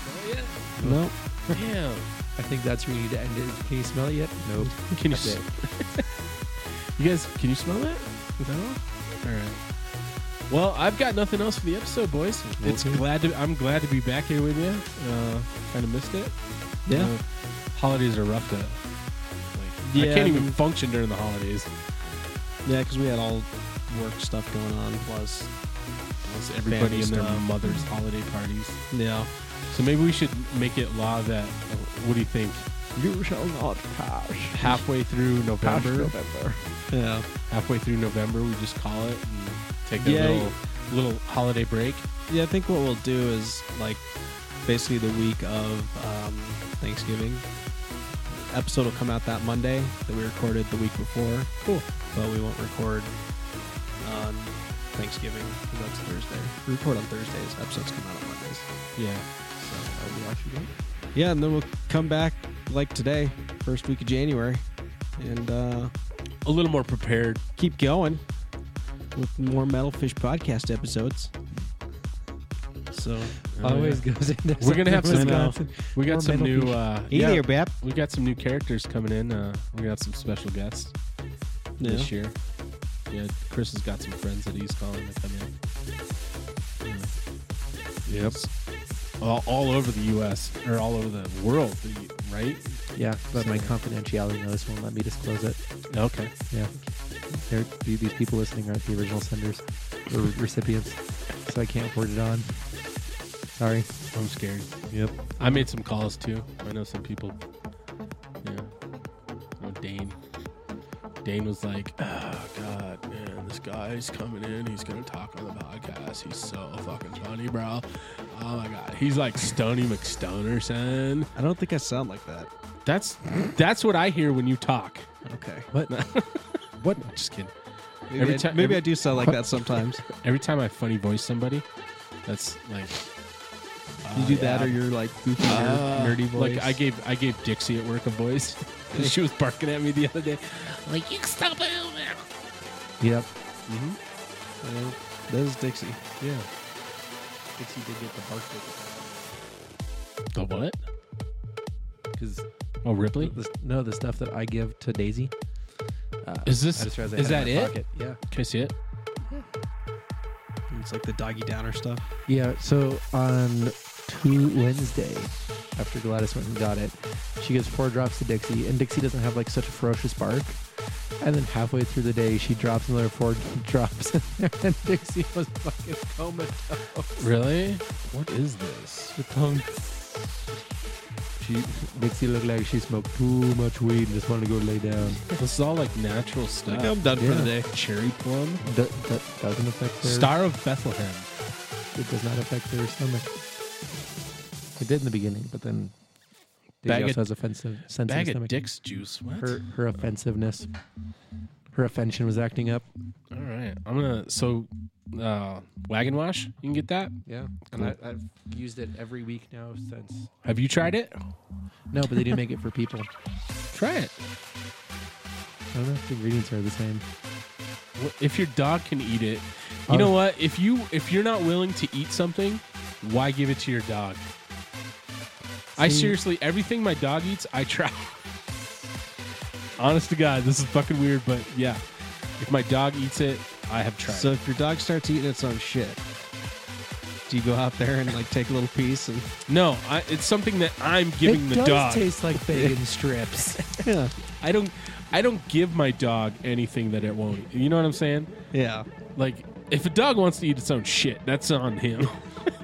Speaker 1: Smell it
Speaker 3: No.
Speaker 1: yet? Damn.
Speaker 2: I think that's where you need to end it. Can you smell it yet? Nope.
Speaker 1: Can you?
Speaker 2: That's
Speaker 1: s-
Speaker 2: it.
Speaker 1: [laughs] You guys, can you smell that? No. All right. Well, I've got nothing else for the episode, boys. It's
Speaker 2: Okay.
Speaker 1: glad to. I'm glad to be back here with you. Uh, kind of missed it.
Speaker 3: Yeah.
Speaker 1: Uh, holidays are rough though. Like,
Speaker 3: Yeah,
Speaker 1: I can't
Speaker 3: I
Speaker 1: even
Speaker 3: mean-
Speaker 1: function during the holidays.
Speaker 3: Yeah, because we had all work stuff going on. Plus,
Speaker 1: Unless everybody
Speaker 3: Family
Speaker 1: and their
Speaker 3: stuff.
Speaker 1: mother's holiday parties.
Speaker 3: yeah.
Speaker 1: So maybe we should make it law that. What do you think?
Speaker 2: You shall not pass.
Speaker 1: Halfway through
Speaker 2: Pass
Speaker 1: November,
Speaker 2: November.
Speaker 3: Yeah.
Speaker 1: halfway through November, we just call it and take a
Speaker 3: Yeah.
Speaker 1: little little holiday break.
Speaker 3: Yeah, I think what we'll do is like basically the week of um, Thanksgiving. Episode will come out that Monday that we recorded the week before. Cool. But we won't record on Thanksgiving 'cause that's Thursday. We record on Thursdays. Episodes come out on Mondays.
Speaker 1: Yeah.
Speaker 3: So
Speaker 2: Oh,
Speaker 3: that'll be actually good. Yeah, and then we'll come back like today, first week of January, and uh,
Speaker 1: a little more prepared.
Speaker 3: keep going with more Metalfish podcast episodes. So
Speaker 2: Always goes into
Speaker 1: We're gonna have
Speaker 2: something
Speaker 1: some, uh,
Speaker 2: Wisconsin.
Speaker 1: We
Speaker 2: Or
Speaker 1: got some
Speaker 2: metal
Speaker 1: new.
Speaker 2: people.
Speaker 1: Uh,
Speaker 3: Hey
Speaker 1: yeah,
Speaker 3: there, Bap.
Speaker 1: we got some new characters coming in. Uh, we got some special guests this year. Yeah, Chris has got some friends that he's calling to come in. Yeah. Yep. All, all over the U.S. or all over the world, the- right?
Speaker 2: Yeah, but my confidentiality notice won't let me disclose it.
Speaker 1: Okay.
Speaker 2: Yeah. There, the- these people listening aren't the original senders or recipients, so I can't forward it on. Sorry.
Speaker 1: I'm scared.
Speaker 2: Yep.
Speaker 1: I made some calls too. I know some people. Yeah. Oh, Dane. Dane was like, "Oh God, man, this guy's coming in. He's gonna talk on the podcast. He's so fucking funny, bro. Oh my God, he's like Stony McStonerson.
Speaker 3: I don't think I sound like that.
Speaker 1: That's that's what I hear when you talk.
Speaker 3: Okay.
Speaker 1: [laughs] What? what? Just kidding.
Speaker 3: Maybe,
Speaker 1: Every
Speaker 3: I,
Speaker 1: ti-
Speaker 3: maybe
Speaker 1: every-
Speaker 3: I do sound [laughs] like that sometimes.
Speaker 1: Every time I funny voice somebody, that's like.
Speaker 3: you
Speaker 1: "Oh,
Speaker 3: do that,
Speaker 1: yeah,
Speaker 3: or you're like goofy,
Speaker 1: Uh,
Speaker 3: nerd, nerdy voice.
Speaker 1: Like I gave I gave Dixie at work a voice. [laughs] she was barking at me the other day.
Speaker 4: Like, you can stop it over there.
Speaker 2: Yep.
Speaker 3: Uh, that was Dixie.
Speaker 1: Yeah.
Speaker 3: Dixie did get the bark
Speaker 1: The what?
Speaker 2: Because
Speaker 1: Oh, Ripley.
Speaker 2: no, the stuff that I give to Daisy. Uh,
Speaker 1: Is this-
Speaker 2: I just realized I
Speaker 1: is
Speaker 2: had in
Speaker 1: that
Speaker 2: my
Speaker 1: it?
Speaker 2: pocket. Yeah.
Speaker 1: Can I see it?
Speaker 3: It's like the doggy downer stuff.
Speaker 2: Yeah, so on two Wednesday, after Gladys went and got it, she gives four drops to Dixie, and Dixie doesn't have like such a ferocious bark. And then halfway through the day, she drops another four [laughs] drops in there, and Dixie was fucking comatose.
Speaker 1: Really? What is this?
Speaker 2: The tongue. She Dixie looked like she smoked too much weed and just wanted to go lay down.
Speaker 1: [laughs] This is all like natural stuff.
Speaker 3: Like, I'm done for
Speaker 2: yeah.
Speaker 3: the day.
Speaker 1: Cherry plum.
Speaker 2: Do- that doesn't affect their.
Speaker 1: Star of Bethlehem.
Speaker 2: It does not affect their stomach. It did in the beginning, but then. Daisy
Speaker 1: Bag of-
Speaker 2: also has offensive sensitive
Speaker 1: Bag of
Speaker 2: stomach.
Speaker 1: Dick's juice. What?
Speaker 2: her her offensiveness. Her offension was acting up.
Speaker 1: All right. I'm gonna so uh wagon wash. You can get that.
Speaker 2: Yeah,
Speaker 1: and I-
Speaker 2: I've used it every week now since.
Speaker 1: Have you tried it?
Speaker 2: No, but they [laughs] do make it for people.
Speaker 1: Try it.
Speaker 2: I don't know if the ingredients are the same.
Speaker 1: Wh- If your dog can eat it, you
Speaker 2: Oh.
Speaker 1: know what? If you if you're not willing to eat something, why give it to your dog? I
Speaker 2: See-
Speaker 1: seriously, everything my dog eats, I try. [laughs] Honest to God, this is fucking weird, but yeah, if my dog eats it, I have tried.
Speaker 3: So if your dog starts eating its own shit, do you go out there and like take a little piece and [laughs]
Speaker 1: no, I, it's something that I'm giving
Speaker 2: it
Speaker 1: the
Speaker 2: does
Speaker 1: dog. [laughs]
Speaker 2: taste like bacon [laughs] strips.
Speaker 3: yeah,
Speaker 1: I don't, I don't give my dog anything that it won't. eat. You know what I'm saying?
Speaker 3: yeah.
Speaker 1: Like, if a dog wants to eat its own shit, that's on him.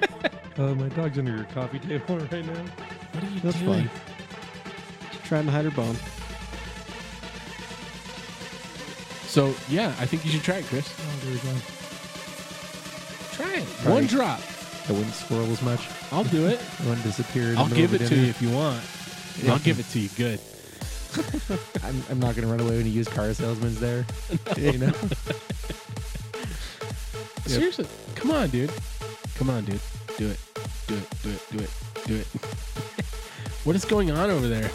Speaker 2: [laughs] uh, my dog's under your coffee table [laughs] right now.
Speaker 1: What are you
Speaker 3: That's
Speaker 1: doing?
Speaker 3: fun. Trying to hide her bone.
Speaker 1: So yeah, I think you should try it, Chris.
Speaker 2: Oh, there we go.
Speaker 1: Try it.
Speaker 2: Try
Speaker 1: One
Speaker 2: it.
Speaker 1: drop.
Speaker 2: I wouldn't swirl as much.
Speaker 1: I'll do it.
Speaker 2: I wouldn't disappear. In
Speaker 1: I'll
Speaker 2: the
Speaker 1: give it
Speaker 2: middle of
Speaker 1: to
Speaker 2: dinner.
Speaker 1: you if you want. I'll give it to you. Good.
Speaker 2: I'm, I'm not gonna run away when a used car
Speaker 1: [laughs]
Speaker 2: salesman's there. You know. Yep.
Speaker 1: Seriously. Come on, dude. Come on, dude. Do it. Do it. Do it. Do it. Do it. [laughs] What is going on over there?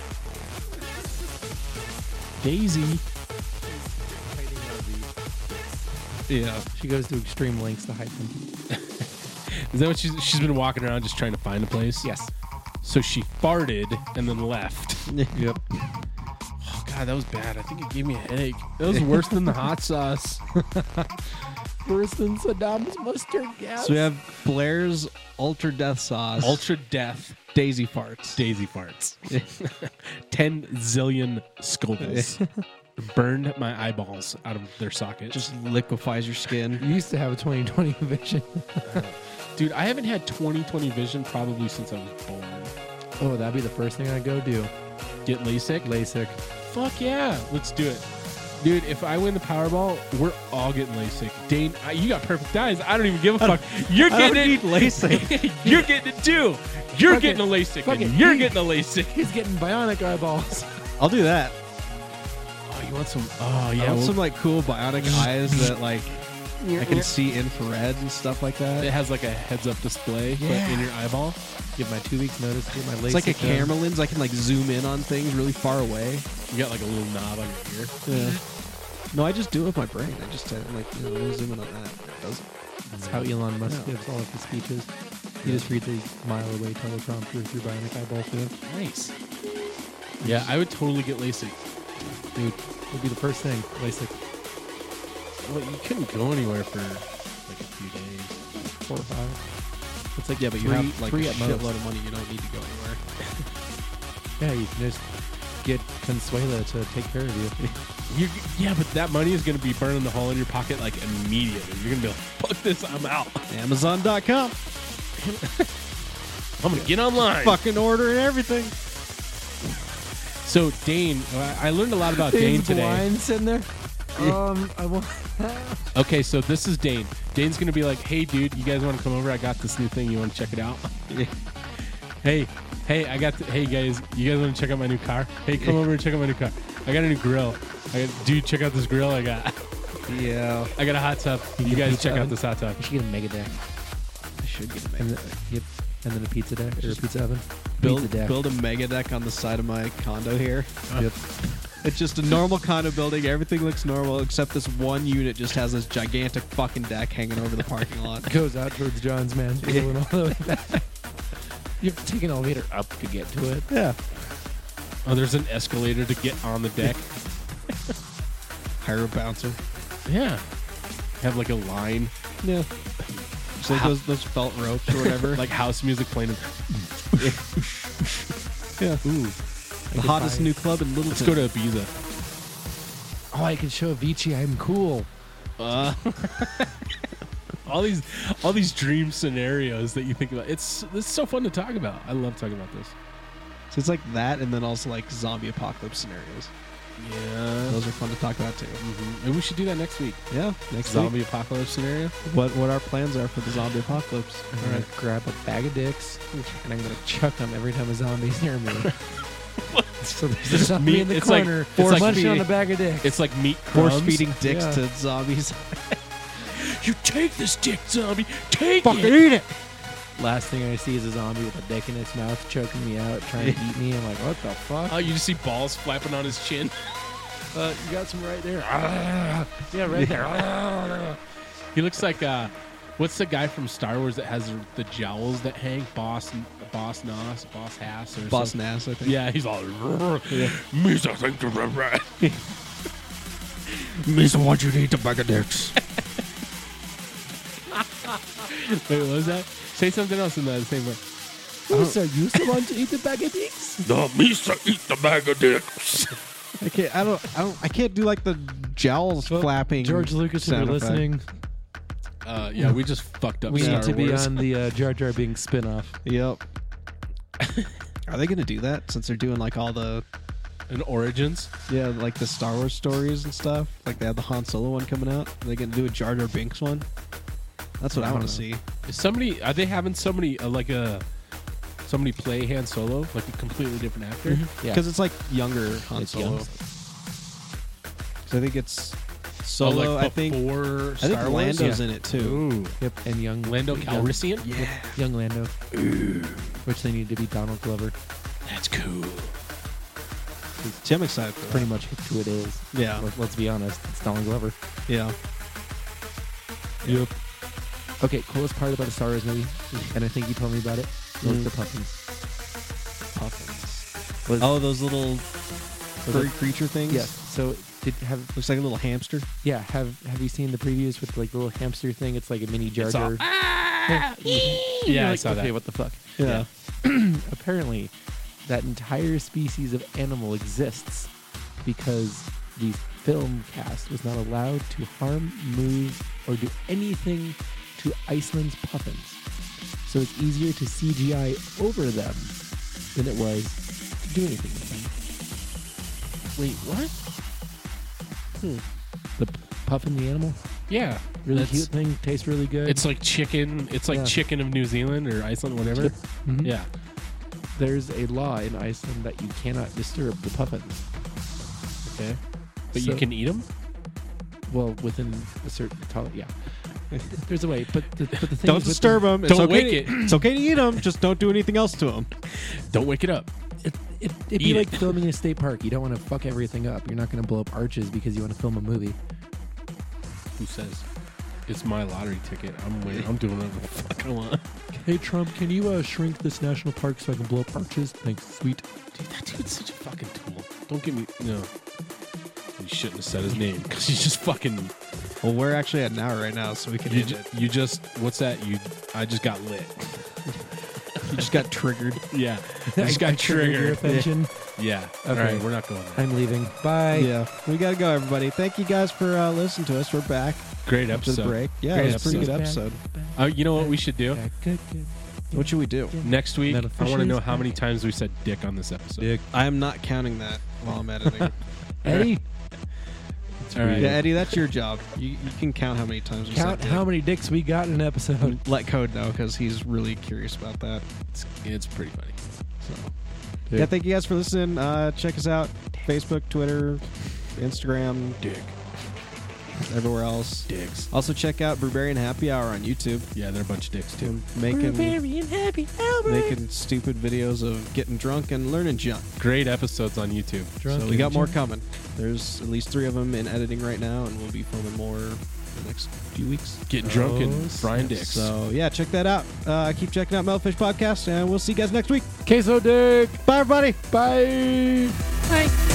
Speaker 1: Daisy. Yeah.
Speaker 2: She goes to extreme lengths to hide them.
Speaker 1: Is that what she's she's been walking around just trying to find a place?
Speaker 2: Yes.
Speaker 1: So she farted and then left.
Speaker 3: [laughs] yep.
Speaker 1: Oh god, that was bad. I think it gave me a headache. That was worse than the hot sauce.
Speaker 2: Worse than Saddam's mustard gas.
Speaker 3: So we have Blair's ultra death sauce,
Speaker 1: Ultra death
Speaker 3: daisy farts.
Speaker 1: Daisy
Speaker 3: [laughs]
Speaker 1: farts. Ten zillion
Speaker 3: [laughs]
Speaker 1: scovels burned my eyeballs out of their socket. Just
Speaker 3: Just liquefies your skin.
Speaker 2: you used to have a 2020 [laughs] vision.
Speaker 1: dude, I haven't had 20/20 vision probably since I was born.
Speaker 2: Oh, that'd be the first thing I go do.
Speaker 1: Get LASIK?
Speaker 2: LASIK.
Speaker 1: Fuck yeah, let's do it. Dude, if I win the Powerball, we're all getting LASIK. Dane, I, you got perfect eyes. I don't even give a fuck. You're
Speaker 3: I don't
Speaker 1: getting
Speaker 3: need LASIK. [laughs]
Speaker 1: it. [laughs] You're getting it too. You're
Speaker 2: Fuck
Speaker 1: getting
Speaker 2: it.
Speaker 1: a LASIK.
Speaker 2: Fuck
Speaker 1: and
Speaker 2: it.
Speaker 1: You're
Speaker 2: Eat.
Speaker 1: getting a LASIK.
Speaker 2: He's getting bionic eyeballs.
Speaker 3: I'll do that.
Speaker 1: [laughs] Oh, you want some? Oh
Speaker 3: I
Speaker 1: yeah.
Speaker 3: want
Speaker 1: well,
Speaker 3: some like cool bionic [laughs] eyes that like I can see infrared and stuff like
Speaker 1: it
Speaker 3: that.
Speaker 1: has like a heads-up display, but in your eyeball.
Speaker 2: Give my two weeks notice. Get my LASIK.
Speaker 3: It's like a
Speaker 2: done.
Speaker 3: camera lens. I can like zoom in on things really far away.
Speaker 1: You got like a little knob on your ear.
Speaker 3: Yeah. No, I just do it with my brain. I just uh, like you know, let me zoom in on that. It does
Speaker 2: That's how Elon Musk
Speaker 3: Yeah.
Speaker 2: gives all of his speeches. You just read the mile away teleprompter through bionic eyeball field.
Speaker 1: Nice. Yeah, I would totally get LASIK.
Speaker 2: Dude, it'd be the first thing. LASIK.
Speaker 1: Well, you couldn't go anywhere for like a few days.
Speaker 2: Four or five.
Speaker 3: It's like yeah, but
Speaker 2: you have, like, a shitload
Speaker 3: of money. You don't need to go anywhere.
Speaker 2: Yeah, you can just get Consuela to take care of you.
Speaker 1: You, yeah, but that money is going to be burning the hole in your pocket like immediately. You're going to be like, "Fuck this, I'm out.
Speaker 3: [laughs] Amazon.com,
Speaker 1: I'm going to get online."
Speaker 3: fucking order and everything.
Speaker 1: So Dane, I I learned a lot about Dane today.
Speaker 2: sitting there. Um, I want.
Speaker 1: Okay, so this is Dane. Dane's gonna be like, "Hey, dude, you guys want to come over? I got this new thing. You want to check it out? [laughs] hey, hey, I got. The, hey, guys, you guys want to check out my new car? Hey, come over and check out my new car. I got a new grill. I got, dude, check out this grill I got. [laughs]
Speaker 3: Yeah,
Speaker 1: I got a hot tub. You
Speaker 2: get a
Speaker 1: guys
Speaker 2: pizza
Speaker 1: check out
Speaker 2: oven?
Speaker 1: this hot tub.
Speaker 2: I should get a mega deck.
Speaker 3: I should get a
Speaker 2: And
Speaker 3: mega
Speaker 2: then, yep. And then a pizza deck or a pizza oven.
Speaker 3: build
Speaker 2: pizza deck.
Speaker 3: build a mega deck on the side of my condo here.
Speaker 2: Yep.
Speaker 3: It's just a normal condo building. Everything looks normal except this one unit just has this gigantic fucking deck hanging over the parking lot.
Speaker 2: Goes out towards John's [laughs] Mansfield and all the way back. You're taking elevator up to get to it.
Speaker 3: [laughs] Yeah,
Speaker 1: Oh, there's an escalator to get on the deck. [laughs]
Speaker 3: hire a bouncer.
Speaker 1: yeah, have like a line,
Speaker 3: Yeah, so like those those felt ropes or [laughs] whatever.
Speaker 1: like house music playing.
Speaker 3: yeah,
Speaker 1: Ooh,
Speaker 3: the hottest new club in Littleton.
Speaker 1: let's go to Ibiza.
Speaker 2: Oh, I can show Avicii I'm cool.
Speaker 1: all these all these dream scenarios that you think about it's it's so fun to talk about i love talking about this
Speaker 3: So it's like that, and then also like zombie apocalypse scenarios.
Speaker 1: yeah
Speaker 3: Those are fun to talk about too.
Speaker 1: and we should do that next week
Speaker 3: Yeah, next
Speaker 1: zombie apocalypse scenario
Speaker 3: week. What what our plans are for the zombie apocalypse?
Speaker 2: I'm gonna grab a bag of dicks and I'm gonna chuck them every time a zombie's near [laughs] me. So there's a zombie
Speaker 1: meat-
Speaker 2: in the
Speaker 1: it's like-
Speaker 2: corner
Speaker 1: it's
Speaker 2: for
Speaker 1: like
Speaker 2: munching on
Speaker 1: meat.
Speaker 2: a bag of dicks.
Speaker 1: it's like meat
Speaker 3: Force
Speaker 1: crumbs.
Speaker 3: feeding dicks
Speaker 2: Yeah.
Speaker 3: to [laughs] zombies.
Speaker 1: you take this dick zombie take
Speaker 2: Fucking
Speaker 1: it
Speaker 2: eat it. Last thing I see is a zombie with a dick in its mouth choking me out, trying to eat me. I'm like, what the fuck?
Speaker 1: oh you just see balls flapping on his chin
Speaker 2: Uh, you got some right there.
Speaker 1: yeah right there he looks like uh what's the guy from star wars that has the jowls that hang boss boss nos boss hass or
Speaker 3: Boss
Speaker 1: something?
Speaker 3: Nass, I think.
Speaker 1: yeah he's all yeah. misa thank you [laughs]
Speaker 5: Misa wants you to eat a bag of dicks.
Speaker 1: [laughs] wait what was that say something else in the same way
Speaker 2: Musa, you still want to eat the bag of dicks?
Speaker 5: No, Misa eat the bag of dicks.
Speaker 3: I can't. I don't. I don't. I can't do like the jowls
Speaker 2: Well,
Speaker 3: flapping.
Speaker 2: George Lucas, if you're
Speaker 3: sound effect.
Speaker 2: listening,
Speaker 1: Uh, yeah, we just fucked up.
Speaker 2: we
Speaker 1: Star
Speaker 2: need to be
Speaker 1: Wars.
Speaker 2: on the uh, Jar Jar Binks spinoff.
Speaker 3: Yep. Are they gonna do that since they're doing like all the
Speaker 1: an Origins.
Speaker 3: yeah like the Star Wars stories and stuff? Like they have the Han Solo one coming out. Are they gonna do a Jar Jar Binks one? That's what I, want to see.
Speaker 1: Is somebody are they having somebody uh, like a somebody play Han Solo like a completely different actor? Oh,
Speaker 2: Yeah.
Speaker 3: Because it's like younger Han
Speaker 2: It's
Speaker 3: Solo.
Speaker 2: young.
Speaker 3: So I think it's
Speaker 1: Oh,
Speaker 3: Solo.
Speaker 1: like
Speaker 3: I think
Speaker 1: before Star
Speaker 3: I think
Speaker 1: Wars.
Speaker 3: Lando's in it too.
Speaker 1: Ooh,
Speaker 2: Yep, and young
Speaker 1: Lando
Speaker 2: young-
Speaker 1: Calrissian.
Speaker 3: Yeah.
Speaker 2: young Lando, which they need to be Donald Glover.
Speaker 1: That's cool.
Speaker 3: See, I'm excited for that.
Speaker 2: Pretty much who it is.
Speaker 3: Yeah.
Speaker 2: Let- Let's be honest. It's Donald Glover.
Speaker 3: yeah.
Speaker 1: Yep.
Speaker 2: Okay, coolest part about the Star Wars movie, and I think you told me about it, was
Speaker 1: Mm.
Speaker 2: the puffins.
Speaker 3: Puffins.
Speaker 2: Was,
Speaker 3: Oh, those little
Speaker 2: was
Speaker 3: furry
Speaker 2: it-
Speaker 3: creature things.
Speaker 2: Yes. So did have
Speaker 3: Looks like a little hamster.
Speaker 2: yeah have have you seen the previews with like the little hamster thing? It's like a mini Jar Jar.
Speaker 1: "Ah, Yeah,
Speaker 2: You're
Speaker 1: I
Speaker 2: like,
Speaker 1: saw
Speaker 2: okay,
Speaker 1: that.
Speaker 2: what the fuck?
Speaker 3: Yeah.
Speaker 2: Apparently, that entire species of animal exists because the film cast was not allowed to harm, move, or do anything to Iceland's puffins. So it's easier to CGI over them than it was to do anything with them.
Speaker 4: Wait, what?
Speaker 2: Hmm. The p- puffin, the animal,
Speaker 1: Yeah.
Speaker 2: really
Speaker 1: That's-
Speaker 2: cute thing, tastes really good.
Speaker 1: It's like chicken. It's like
Speaker 2: Yeah.
Speaker 1: chicken of New Zealand or Iceland, whatever.
Speaker 2: Yep. Mhm.
Speaker 1: Yeah.
Speaker 2: There's a law in Iceland that you cannot disturb the puffins.
Speaker 1: Okay. But you
Speaker 2: So-
Speaker 1: can eat them.
Speaker 2: Well, within a certain tolerance, yeah. There's a way, but the, but the thing
Speaker 3: Don't
Speaker 2: is with
Speaker 3: disturb
Speaker 2: the-
Speaker 3: them.
Speaker 1: Don't wake it.
Speaker 3: It's okay to eat them. Just don't do anything else to them.
Speaker 1: Don't wake it up.
Speaker 2: It, it, it'd
Speaker 1: Eat
Speaker 2: be like
Speaker 1: it.
Speaker 2: filming in a state park. You don't want to fuck everything up. You're not going to blow up arches because you want to film a movie.
Speaker 1: Who says? It's my lottery ticket. I'm winning. I'm doing whatever the fuck I want.
Speaker 2: Hey Trump, can you uh, shrink this national park so I can blow up arches? Thanks, sweet.
Speaker 1: Dude, that dude's such a fucking tool. Don't give me no. You shouldn't have said his name because you just fucking
Speaker 3: Well, we're actually at an hour right now, so we can
Speaker 1: you,
Speaker 3: end
Speaker 1: ju-
Speaker 3: it.
Speaker 1: you just what's that? You I just got lit.
Speaker 3: [laughs] You just got triggered.
Speaker 1: [laughs] Yeah, [laughs] I just got
Speaker 2: Your
Speaker 1: triggered.
Speaker 2: attention.
Speaker 1: Yeah. All
Speaker 2: Okay.
Speaker 1: right, we're not going there.
Speaker 2: I'm leaving. Bye.
Speaker 3: Yeah, we gotta go, everybody. Thank you guys for uh, listening to us. We're back
Speaker 1: Great
Speaker 3: after the
Speaker 1: episode.
Speaker 3: break. Yeah,
Speaker 1: Great
Speaker 3: it was a pretty good
Speaker 2: episode.
Speaker 3: episode.
Speaker 1: Uh, you know what we should do
Speaker 2: Yeah, good, good.
Speaker 3: What should we do?
Speaker 1: next week? I want to know
Speaker 2: Metafishes
Speaker 1: how many
Speaker 2: back.
Speaker 1: times we said "dick" on this episode.
Speaker 3: I am not counting that while I'm [laughs] editing.
Speaker 2: Eddie,
Speaker 1: All right.
Speaker 3: yeah, Eddie, that's your job. You, you can count how many times we
Speaker 2: count
Speaker 3: said
Speaker 2: how
Speaker 3: dick.
Speaker 2: many dicks we got in an episode.
Speaker 3: Let Code know because he's really curious about that.
Speaker 1: It's, it's pretty funny.
Speaker 3: So
Speaker 2: Dick.
Speaker 3: yeah, thank you guys for listening. Uh, check us out: Facebook, Twitter, Instagram,
Speaker 1: Dick, Oh.
Speaker 3: everywhere else.
Speaker 1: dicks.
Speaker 3: Also, check out Barbarian Happy Hour on YouTube.
Speaker 1: Yeah, they're a bunch of dicks too.
Speaker 3: Making
Speaker 2: happy
Speaker 3: making stupid videos of getting drunk and learning junk.
Speaker 1: Great episodes on YouTube.
Speaker 2: Drunk
Speaker 3: so we got
Speaker 2: and
Speaker 3: more
Speaker 2: junk.
Speaker 3: coming. There's at least three of them in editing right now, and we'll be filming more in the next few weeks.
Speaker 1: Getting drunk
Speaker 2: Oh,
Speaker 1: and frying dicks.
Speaker 3: So yeah, check that out. Uh, keep checking out Melfish Podcast, and we'll see you guys next week.
Speaker 2: queso dick.
Speaker 3: Bye, everybody.
Speaker 2: Bye.
Speaker 6: Bye.